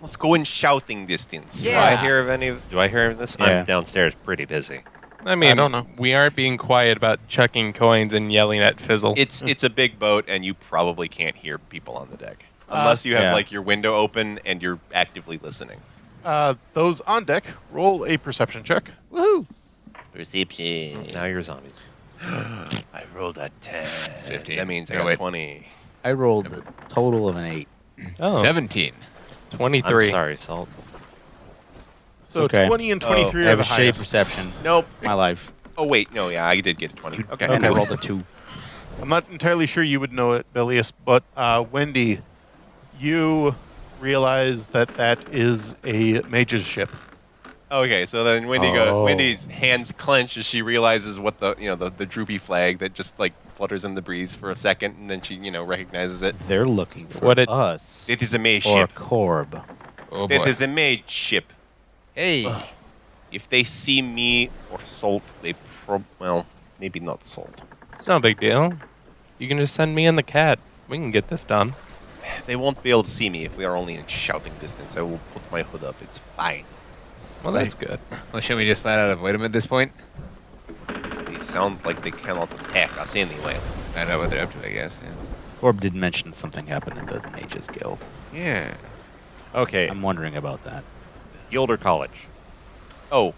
let's go in shouting distance.
Do I hear of any? Of, do I hear of this?
Yeah.
I'm downstairs, pretty busy.
I mean,
don't know.
we aren't being quiet about chucking coins and yelling at Fizzle.
It's it's a big boat, and you probably can't hear people on the deck unless you have
yeah.
like your window open and you're actively listening.
Uh, those on deck, roll a perception check.
Perception.
Now you're zombies.
I rolled a ten.
15.
That means I
No,
got
wait.
twenty.
I rolled a total of an eight.
oh,
17.
23.
I'm sorry, Salt.
So
okay.
20 and
Oh,
23
I
are
have
the
a shitty
highest.
perception.
Nope.
My life.
Oh wait, no, yeah, I did get a twenty. Okay.
And I rolled a two.
I'm not entirely sure you would know it, Bellius, but uh, Wendy, you realize that that is a mage's ship.
Oh, Okay, so then Wendy go, Wendy's hands clench as she realizes what the you know the, the droopy flag that just like flutters in the breeze for a second, and then she you know recognizes it.
They're looking for
What it-
us.
It is a mage
or
ship.
Corb.
Oh, boy.
It is a mage ship.
hey.
If they see me or Salt, they prob well maybe not Salt.
It's no big deal. You can just send me and the cat. We can get this done.
They won't be able to see me if we are only in shouting distance. I will put my hood up. It's fine.
Well, that's good.
Well, shouldn't we just flat out avoid him at this point?
It sounds like they cannot attack us anyway.
I know what they're up to, I guess. Yeah.
Corb did mention something happened at the Mages Guild.
yeah.
Okay,
I'm wondering about that.
Gilder College.
Oh,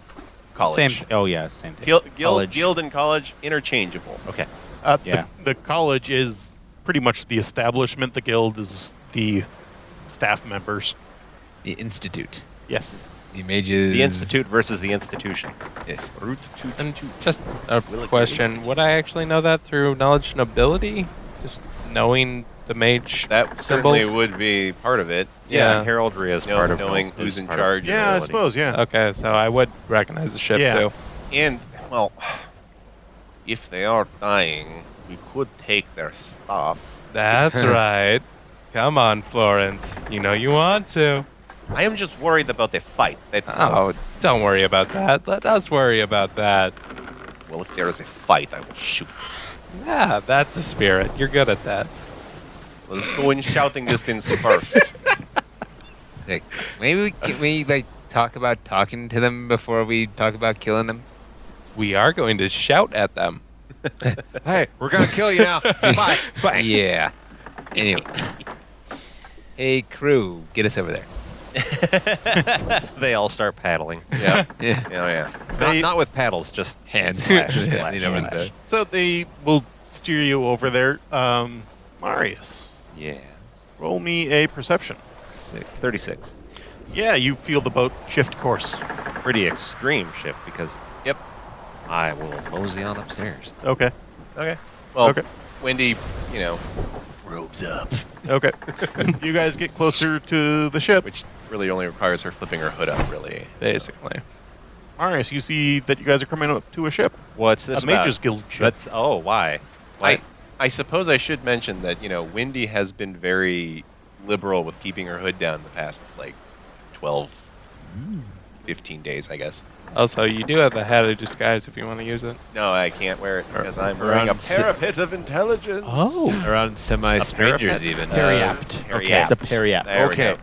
college.
Same. Oh yeah, same thing.
Gil- guild,
College.
guild and college interchangeable.
Okay,
Uh, the-
Yeah.
the, college is pretty much the establishment. The guild is the staff members.
The Institute.
Yes.
The mages.
the institute versus the institution.
Yes.
And just a question: Would I actually know that through knowledge and ability? Just knowing the mage.
That
Symbols?
certainly would be part of it.
Yeah.
and heraldry is
Know-
part of
knowing
is
who's in
part of
charge.
Yeah, I
ability.
suppose, yeah.
Okay, so I would recognize the ship
Yeah.
too.
And, well, if they are dying, we could take their stuff.
That's right. Come on, Florence. You know you want to.
I am just worried about the fight. That's all.
Oh, don't worry about that. Let us worry about that.
Well, if there is a fight, I will shoot.
Yeah, that's the spirit. You're good at that.
Let's go in shouting distance first.
Like, maybe we, can we like talk about talking to them before we talk about killing them.
We are going to shout at them.
Hey, we're gonna kill you now. Bye. Bye.
Yeah. Anyway. Hey, crew, get us over there.
They all start paddling.
yeah.
Yeah.
Yeah, yeah.
Not,
They-
not with paddles, just
Hands.
Slash,
Yeah,
slash,
you know, with
slash.
So they will steer you over there. Um, Marius,
yeah.
roll me a perception.
Six thirty-six.
Yeah, you feel the boat shift course.
Pretty extreme shift because
Yep.
I will mosey on upstairs.
Okay.
Okay. Well,
Okay.
Wendy, you know, robes up,
Okay. you guys get closer to the ship.
which really only requires her flipping her hood up, really.
Basically.
Marius, you see that you guys are coming up to a ship.
What's this
a
about?
mage's guild ship.
That's oh why?
I, I suppose I should mention that you know Wendy has been very liberal with keeping her hood down the past like 12, 15 days, I guess.
Also, you do have the hat of disguise if you want to use it.
No, I can't wear it because I'm wearing a
around si-
parapet of intelligence.
Oh. Around semi strangers,
parapet?
even. Uh,
Very apt.
Okay, it's a peri app.
There we go.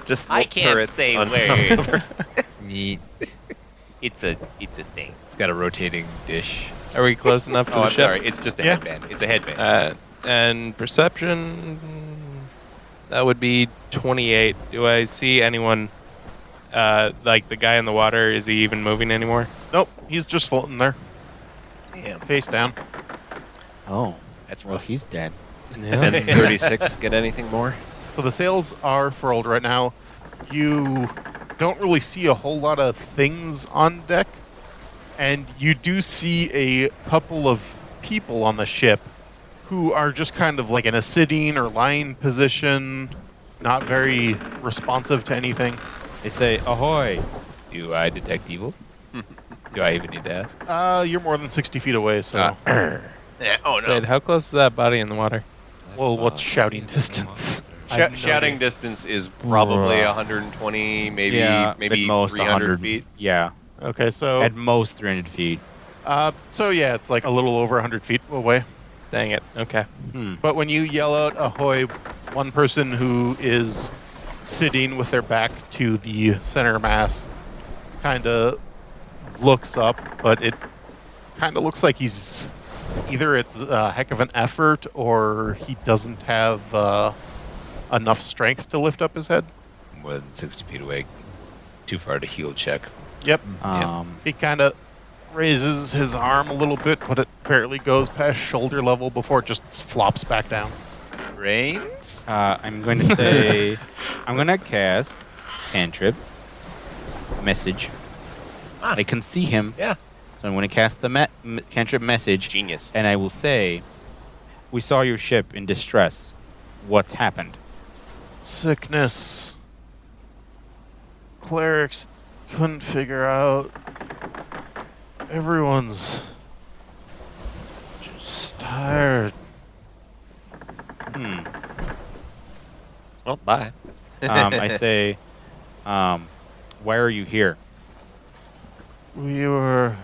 just
I
little
can't
turrets
say
on top.
words.
Neat.
it's a it's a thing.
It's got a rotating dish.
Are we close enough to
Oh,
the
I'm
ship?
sorry. It's just a
Yeah.
headband. It's a headband.
Uh, and perception, that would be 28. Do I see anyone, uh, like the guy in the water, is he even moving anymore?
Nope, he's just floating there,
Damn,
face down.
Oh,
that's
well,
rough.
he's dead.
And thirty-six. Get anything more?
So the sails are furled right now. You don't really see a whole lot of things on deck, and you do see a couple of people on the ship who are just kind of like in a sitting or lying position, not very responsive to anything.
They say ahoy.
Do I detect evil? Do I even need to ask?
Uh, you're more than 60 feet away, so.
Ah.
Yeah, oh no.
Wait, how close is that body in the water?
well, what's shouting distance?
I have
Shou-
no
shouting
idea.
distance is probably
Bruh.
120, maybe
yeah,
maybe
at most
300
100
feet. Oh.
Yeah,
Okay, so.
at most 300 feet.
Uh, so yeah, it's like a little over 100 feet away.
Dang it. Okay.
Hmm,
But when you yell out ahoy, one person who is sitting with their back to the center mass kind of looks up, but it kind of looks like he's either it's a heck of an effort or he doesn't have uh, enough strength to lift up his head.
More than 60 feet away. Too far to heal check.
Yep.
Um,
He kind of raises his arm a little bit, but it barely goes past shoulder level before it just flops back down.
Rains?
Uh, I'm going to say, I'm going to cast cantrip message.
Ah.
I can see him,
Yeah.
so I'm going to cast the me- m- cantrip message.
Genius.
and I will say, "We saw your ship in distress. What's happened?"
Sickness. Clerics couldn't figure out. Everyone's just tired.
Hmm.
Well, bye.
Um, I say, um, "Why are you here?"
We were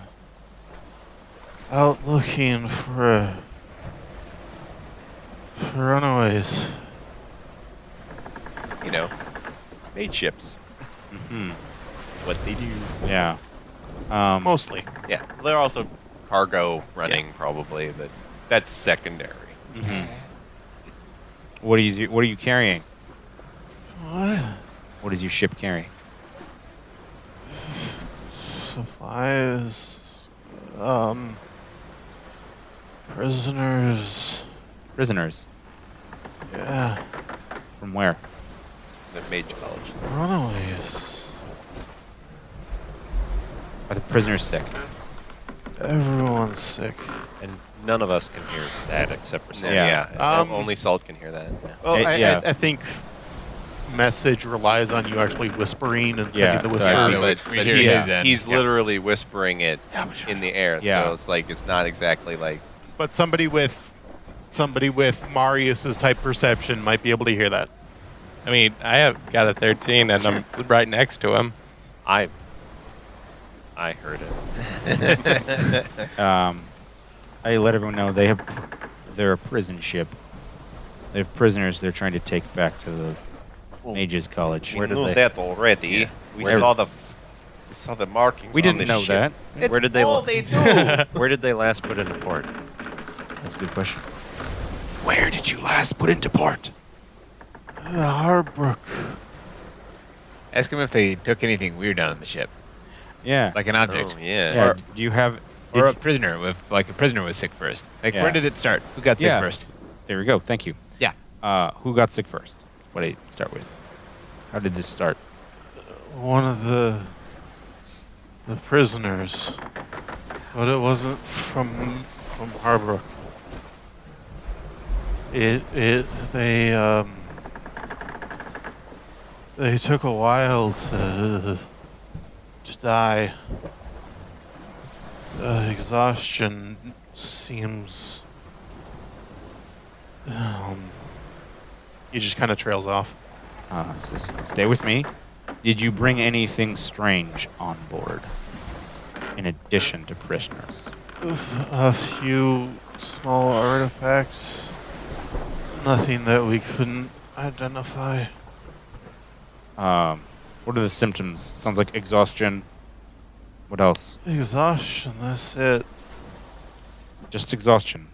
out looking for, uh, for runaways.
You know, made ships.
Mhm.
What they do.
Yeah. Um,
Mostly.
Yeah. They're also cargo running, probably, but that's secondary.
What are you? What are you carrying?
What?
What is your ship carrying?
Supplies. Um. Prisoners.
Prisoners
Yeah.
from where?
They're made knowledge.
Runaways.
Are the prisoners sick?
Everyone's sick.
And none of us can hear that except for Sam.
Yeah.
Um,
o- only Salt can hear that. Yeah.
Well,
Eh,
I,
yeah.
I, I think message relies on you actually whispering and
Yeah,
sending the
so I
whisper.
Yeah,
think-
but, but
He's,
he's,
he's literally whispering it in the air,
Yeah.
so it's like it's not exactly like
but somebody with somebody with Marius's type perception might be able to hear that.
I mean, I have got a 13 and I'm right next to him.
I I heard it.
Um, I let everyone know they have. They're a prison ship. They have prisoners. They're trying to take back to the
Well,
Mages College.
we
Where did
knew
they-
that already.
Yeah.
We
Where-
saw the we saw the markings.
We
on
didn't
the
know
ship.
that.
It's
Where did they
all
lo-
they do.
Where did they last put into port?
That's a good question.
Where did you last put into port?
Uh, Harbrook.
Ask him if they took anything weird down on the ship,
Yeah.
like an object.
oh,
uh,
yeah.
yeah. do you have?
Or a prisoner with like a prisoner was sick first. Like
Yeah.
where did it start? Who got sick
Yeah.
first?
There we go. Thank you.
Yeah.
Uh, who got sick first? What did I start with? How did this start?
One of the the prisoners. But it wasn't from from Harbrook. It it they um they took a while to to die. Uh, exhaustion seems. Um, he just kind of trails off.
Uh, it says, stay with me. Did you bring anything strange on board? In addition to prisoners.
A few small artifacts. Nothing that we couldn't identify.
Um, what are the symptoms? Sounds like exhaustion. What else?
Exhaustion, that's it.
Just exhaustion.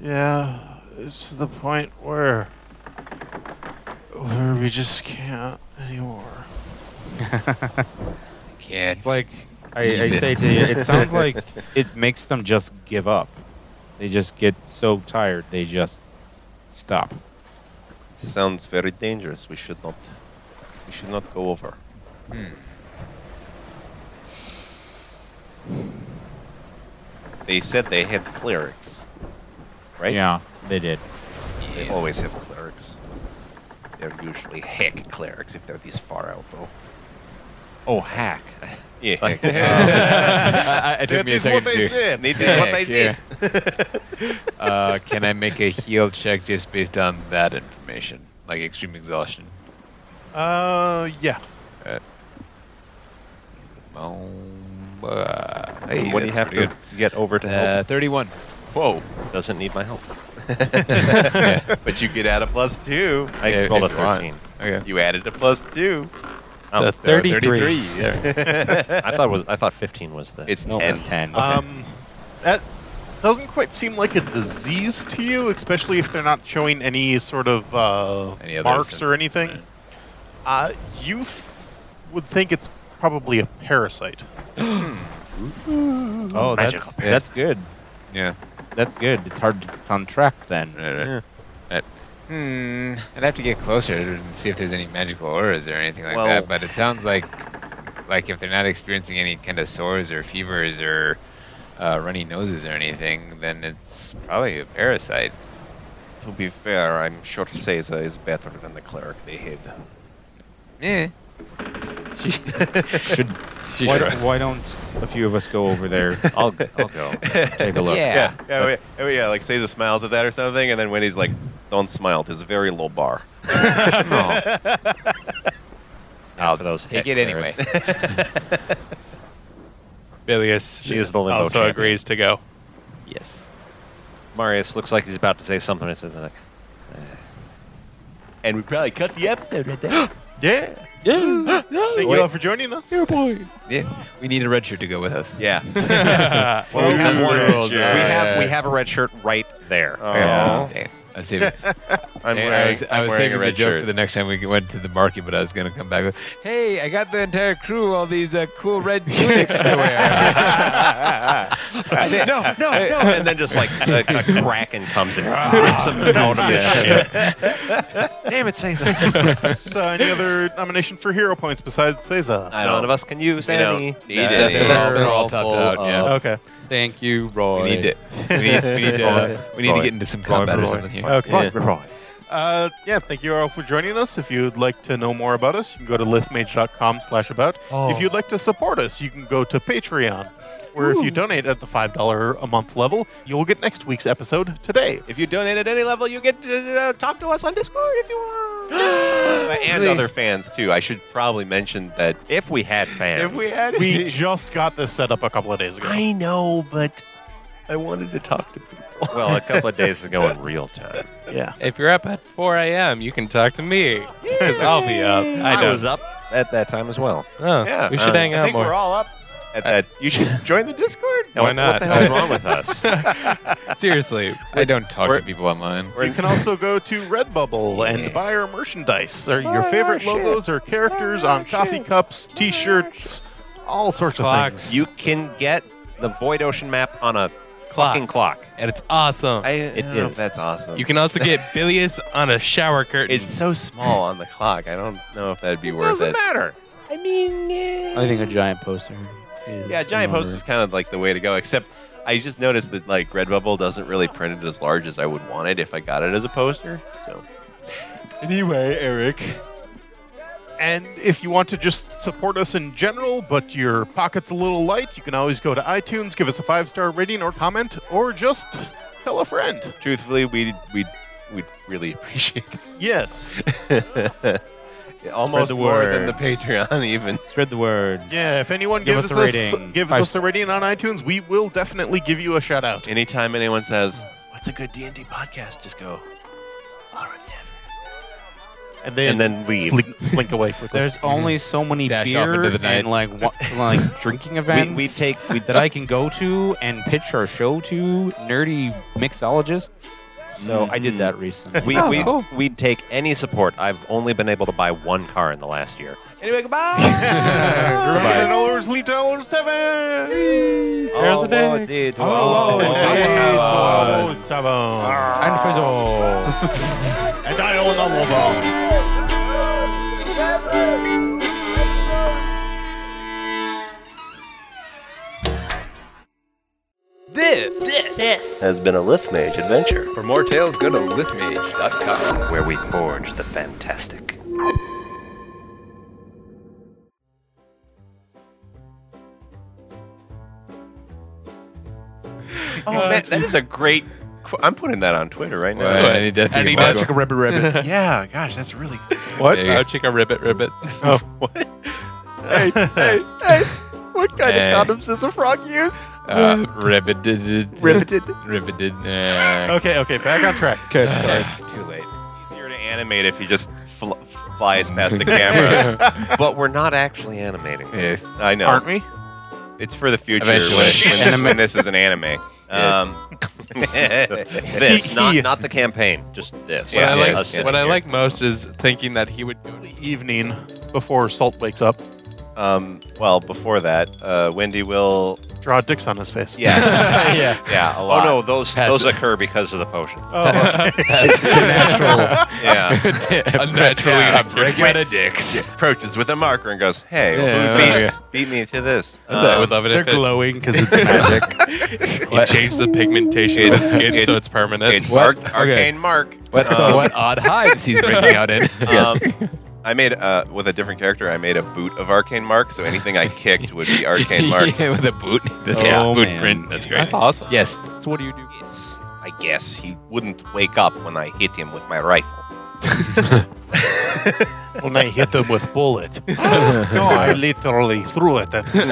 Yeah, it's to the point where. where we just can't anymore.
Can't.
It's like I, I say to you, it sounds like it makes them just give up. They just get so tired, they just stop.
Sounds very dangerous. We should not we should not go over. Hmm. They said they had clerics. Right?
Yeah, they did.
They always have clerics. They're usually heck clerics if they're this far out though.
Oh, hack.
Yeah.
Uh,
I, I- it took me a second to.
and they did what they
Heck,
did.
uh, can I make a heal check just based on that information, like extreme exhaustion?
Uh, yeah.
Um, uh, hey,
And what do you
that's
have
pretty uh,
to get over to
good.
help?
Uh, Thirty-one.
Whoa.
Doesn't need my help.
but you get out a plus two.
I
Yeah,
rolled a
if you want.
13.
Okay.
You added a plus two.
Oh,
So 33.
I thought it was I thought 15 was the.
It's
no,
ten.
it's 10.
Um, that doesn't quite seem like a disease to you, especially if they're not showing any sort of uh,
Any other
marks
symptom,
or anything.
right.
Uh, you th- would think it's probably a parasite.
Oh, that's
Yeah.
that's good.
Yeah.
That's good. It's hard to contract then.
Right, right. Right. Hmm. I'd have to get closer and see if there's any magical auras or anything like
Well-
that. But it sounds like, like if they're not experiencing any kind of sores or fevers or uh, runny noses or anything, then it's probably a parasite.
To be fair, I'm sure Caesar is better than the cleric they hid.
Yeah.
Eh,
Should why, don't- why don't a few of us go over there? I'll I'll go take a look.
Yeah.
Yeah. Yeah, yeah, yeah, yeah, like Caesar smiles at that or something, and then when he's like, don't smile, there's a very low bar.
No.
I'll for those
Take
hit
it anyway.
clerics.
Bilius
She is the limbo
also
champion.
agrees to go.
Yes.
Marius looks like he's about to say something. It's like,
And we probably cut the episode right there.
Yeah. Thank
Wait.
you all for joining us.
yeah. We need a red shirt to go with us.
yeah.
Well,
we have
we're-
rules,
shirt.
yeah.
we have we have a red shirt right there.
Uh, Oh,
Yeah. Damn. I see.
I'm
Hey,
wearing,
I was, I
I'm
was
wearing
saving
a red
the joke
shirt.
for the next time we went to the market, but I was going to come back with, "Hey, I got the entire crew all these uh, cool red tunics to wear."
no, no, no! And then just like a, a kraken comes and rips him out of his ship. Damn it, Caesar!
so, any other nomination for hero points besides Seiza?
I
None
don't
of us can use
you know,
any.
need
Yeah,
any.
they're, all, they're all topped
full
out. Yeah.
Okay.
Thank you, Roy.
We need to. We need. We need, uh, we need to get into some combat or something here.
Okay.
Roy, Roy.
Uh, yeah, thank you all for joining us. If you'd like to know more about us, you can go to lithmage.com slash about.
Oh.
If you'd like to support us, you can go to Patreon, where if you donate at the $5 a month level, you'll get next week's episode today.
If you donate at any level, you get to uh, talk to us on Discord if you want. and other fans too. I should probably mention that
If we had fans,
had
We just got this set up a couple of days ago.
I know, but I wanted to talk to people.
well, a couple of days ago in real time,
Yeah.
If you're up at 4 a.m., you can talk to me because I'll be up. I,
I,
don't.
was up at that time as well.
Oh,
Yeah,
we should
uh,
hang
I
out
think we're
more.
all up at that. You should join the Discord.
Now,
Why
what-
not?
What the hell's wrong with us?
Seriously,
I don't talk
We're-
to people online.
You can also go to Redbubble and buy our merchandise, or your favorite logos or characters on coffee cups, t-shirts, all sorts of
Clocks.
things.
You can get the Void Ocean map on a
Clock.
fucking clock.
and it's awesome.
I, I don't know if
is.
that's awesome.
you can also get Bilius on a shower curtain.
It's so small on the clock. I don't know if that'd be worth
Doesn't
it.
matter.
I mean, yeah.
I think a giant poster. is
Yeah, giant
in
post is
order.
kind of like the way to go. Except I just noticed that like Redbubble doesn't really print it as large as I would want it if I got it as a poster. So anyway, Eric,
And if you want to just support us in general, but your pocket's a little light, you can always go to iTunes, give us a five star rating or comment, or just tell a friend.
truthfully, we we we really appreciate
Yes.
that. Almost
the
more than
word.
the Patreon even.
Spread the word.
Yeah, if anyone
Give
gives
us a rating.
gives
Five
us a rating on iTunes, we will definitely give you a shout out.
Anytime anyone says, "What's a good D and D podcast?" Just go. Alright, Stafford."
And then,
And then leave.
Slink, slink away quickly.
There's only so many
Dash off
beer
into the night.
and like wa- like drinking events
we take- we-
that I can go to and pitch our show to nerdy mixologists. So I did that recently. Oh,
We,
Oh,
So-
we, oh, We'd take any support. I've only been able to buy one car in the last year.
Anyway, goodbye.
Remember the dollars, lead dollars, seven.
Oh,
There's a day.
Oh,
Eight,
Oh,
dollars, seven.
and fizzle.
And I own a lobang.
This
This.
Has been a Lift Mage adventure.
for more tales, go to lithmage.com.
Where we forge the fantastic.
oh man, that is a great. qu- I'm putting that on Twitter right now.
Well, I need to
I need
think about
to-
it.
ribbit ribbit.
Yeah, gosh, that's really.
what?
There you go. Oh.
Oh, chicken ribbit ribbit.
Oh, what? hey, hey, hey!
What kind
Eh.
of condoms does a frog use?
Uh, riveted.
Riveted.
Riveted. Uh,
Okay, okay, back on track.
Okay, sorry.
Too late.
Easier to animate if he just fl- flies past the camera.
but we're not actually animating this.
Yes.
I know.
Aren't we?
It's for the future
Eventually.
when, when, when this is an anime. Um,
This, not,
Yeah.
not the campaign, just this.
What I
Yeah,
like,
yes, yeah.
what I like most is thinking that he would go to
Evening before Salt wakes up.
um, well, before that, uh, Wendy will.
Draw dicks on his face.
Yes.
yeah.
yeah, a
Oh
lot.
no, those
Pass
those
it.
occur because of the potion.
Oh,
it's a natural,
Yeah.
a naturally
Yeah.
upregulated dicks.
Approaches with a marker and goes, "Hey,
Yeah,
who beat,
okay.
beat me to this?"
I
Um,
would love it if it,
glowing because it's magic.
you change the pigmentation of the skin so it's permanent.
It's
What?
arc- arcane mark.
What, uh,
Um,
what odd hives he's breaking out in.
Um, I made uh, with a different character. I made a boot of arcane mark, so anything I kicked would be arcane mark.
yeah, with a boot. That's
Yeah.
a
Oh,
boot
man.
print. That's great.
That's awesome.
Yes.
so what do you do?
Yes, I guess he wouldn't wake up when I hit him with my rifle.
When I hit them with bullet. Oh, no, I literally threw it at him.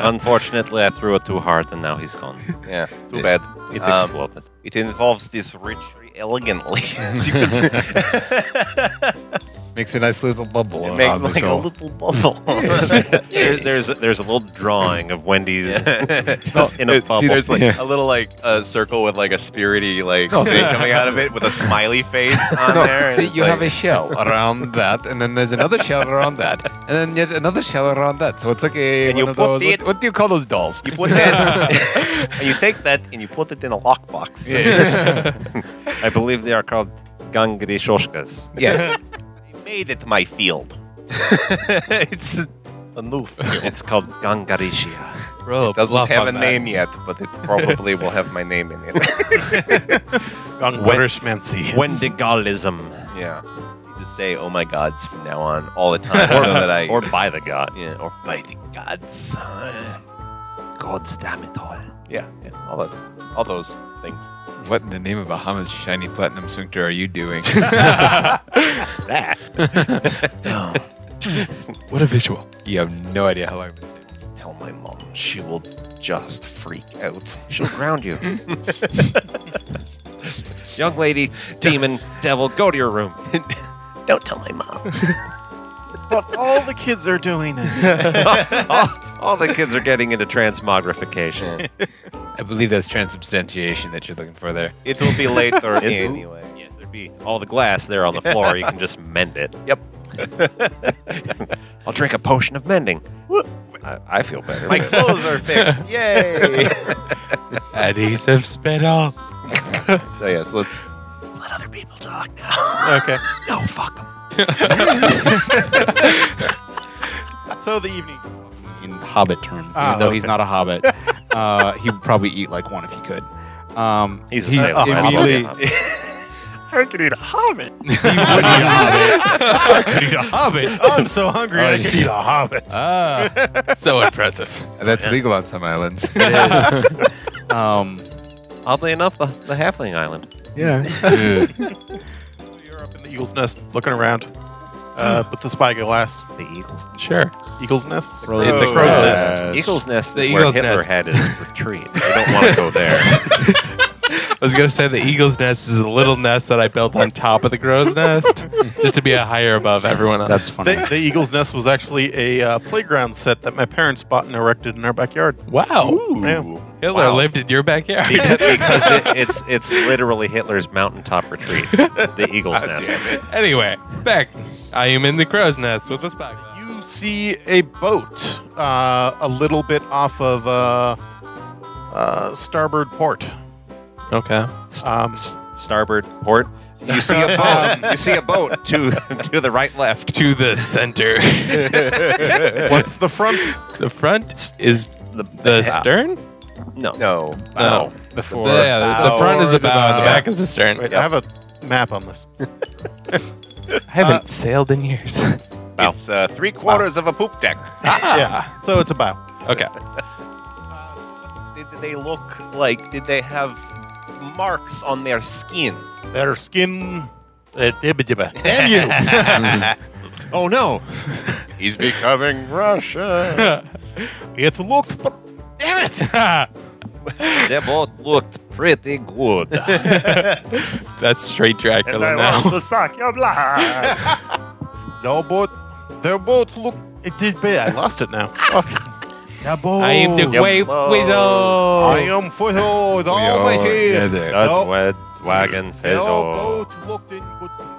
Unfortunately, I threw it too hard, and now he's gone.
Yeah, too bad.
It
Um,
exploded.
It involves this ritual elegantly. as you could say.
Makes a nice little bubble.
it
around
makes
the
like a
soul.
little bubble.
There, there's a, there's a little drawing of Wendy's in a bubble.
See, there's like
Yeah.
a little like a circle with like a spirity like
No,
thing
see-
coming out of it with a smiley face on
No,
there. and
see,
it's
you
like-
have a shell around that, and then there's another shell around that, and then yet another shell around that. So it's like a
And
one
you
of
put
those.
it-
What, what do you call those dolls?
You put that, and you take that, and you put it in a lockbox.
Yeah.
I believe they are called gangrishoskas.
yes.
I made it my field. it's a, a new field.
It's called gangarishia.
Roll a
Doesn't
bluff
have
on
a
that.
name yet, but it probably will have my name in it.
Gungrishmancy.
Wendigalism.
yeah. You just say, "Oh my gods" from now on all the time, so that I
Or by the gods.
yeah, or by the gods.
Gods damn it all.
Yeah, yeah, all that, all those things.
what in the name of Bahamas shiny platinum sphincter are you doing?
What a visual.
you have no idea how long. I've been saying
Tell my mom, she will just freak out.
She'll ground you. Young lady, demon, devil, go to your room.
Don't tell my mom.
But all the kids are doing it.
all, all the kids are getting into transmogrification.
I believe that's transubstantiation that you're looking for there.
It will be later
Is it?
anyway.
Yes, there'd be all the glass there on the floor. You can just mend it.
Yep.
I'll drink a potion of mending. I, I feel better.
My clothes are fixed. Yay!
Adhesive spittle.
so yes, let's.
Let's let other people talk now.
Okay.
No, fuck them.
So the evening.
in hobbit terms,
Ah,
even though
okay.
he's not a hobbit. uh, he would probably eat like one if he could. Um,
He's a
he
sailor. That's what
immediately-
I'm
I'm so hungry I could eat a hobbit.
Ah,
So impressive.
that's legal on some islands.
um,
Oddly enough, the, the Halfling Island.
Yeah.
You're up in the eagle's nest looking around uh, with the spyglass.
The Eagles.
Sure.
Eagle's nest?
It's a
Crow's
crow's
nest.
Eagle's Nest
The
is where
Eagle's
Hitler
Nest.
had his retreat. I don't want to go there.
I was gonna say the eagle's nest is a little nest that I built on top of the crow's nest, just to be a higher above everyone else.
that's funny.
The, the Eagle's Nest was actually a uh, playground set that my parents bought and erected in our backyard.
wow.
Yeah.
Hitler
Wow.
lived in your backyard.
because it, it's it's literally Hitler's mountaintop retreat, the Eagle's Nest.
anyway, back. I am in the crow's nest with a spyglass.
You see a boat uh, a little bit off of uh, uh, starboard port.
Okay.
Um,
S- starboard port. You see a boat. Um, you see a boat to to the right left.
To the center.
what's the front?
the front is
The,
the stern.
no.
No.
No.
the
The,
four.
yeah, the- the front is the bow, and the
Yeah.
back is the stern.
Wait, I have a map on this.
I haven't sailed in years.
It's uh, three quarters of a poop deck.
Yeah, so it's a bow.
okay.
Did they look like? Did they have marks on their skin?
Their skin. Uh, dibba dibba. Damn you!
Oh no.
He's becoming Russia.
it looked, but damn it!
They both looked pretty good.
That's straight Dracula now.
suck your blood.
no, but their boat look. It did be. I lost it now. Okay.
I am the
Yep.
wave
Oh.
I
wizard.
am Fizzle, the
We are
Almighty.
together.
Nope.
That wed wagon
Their
fizzle.
boat looked in good.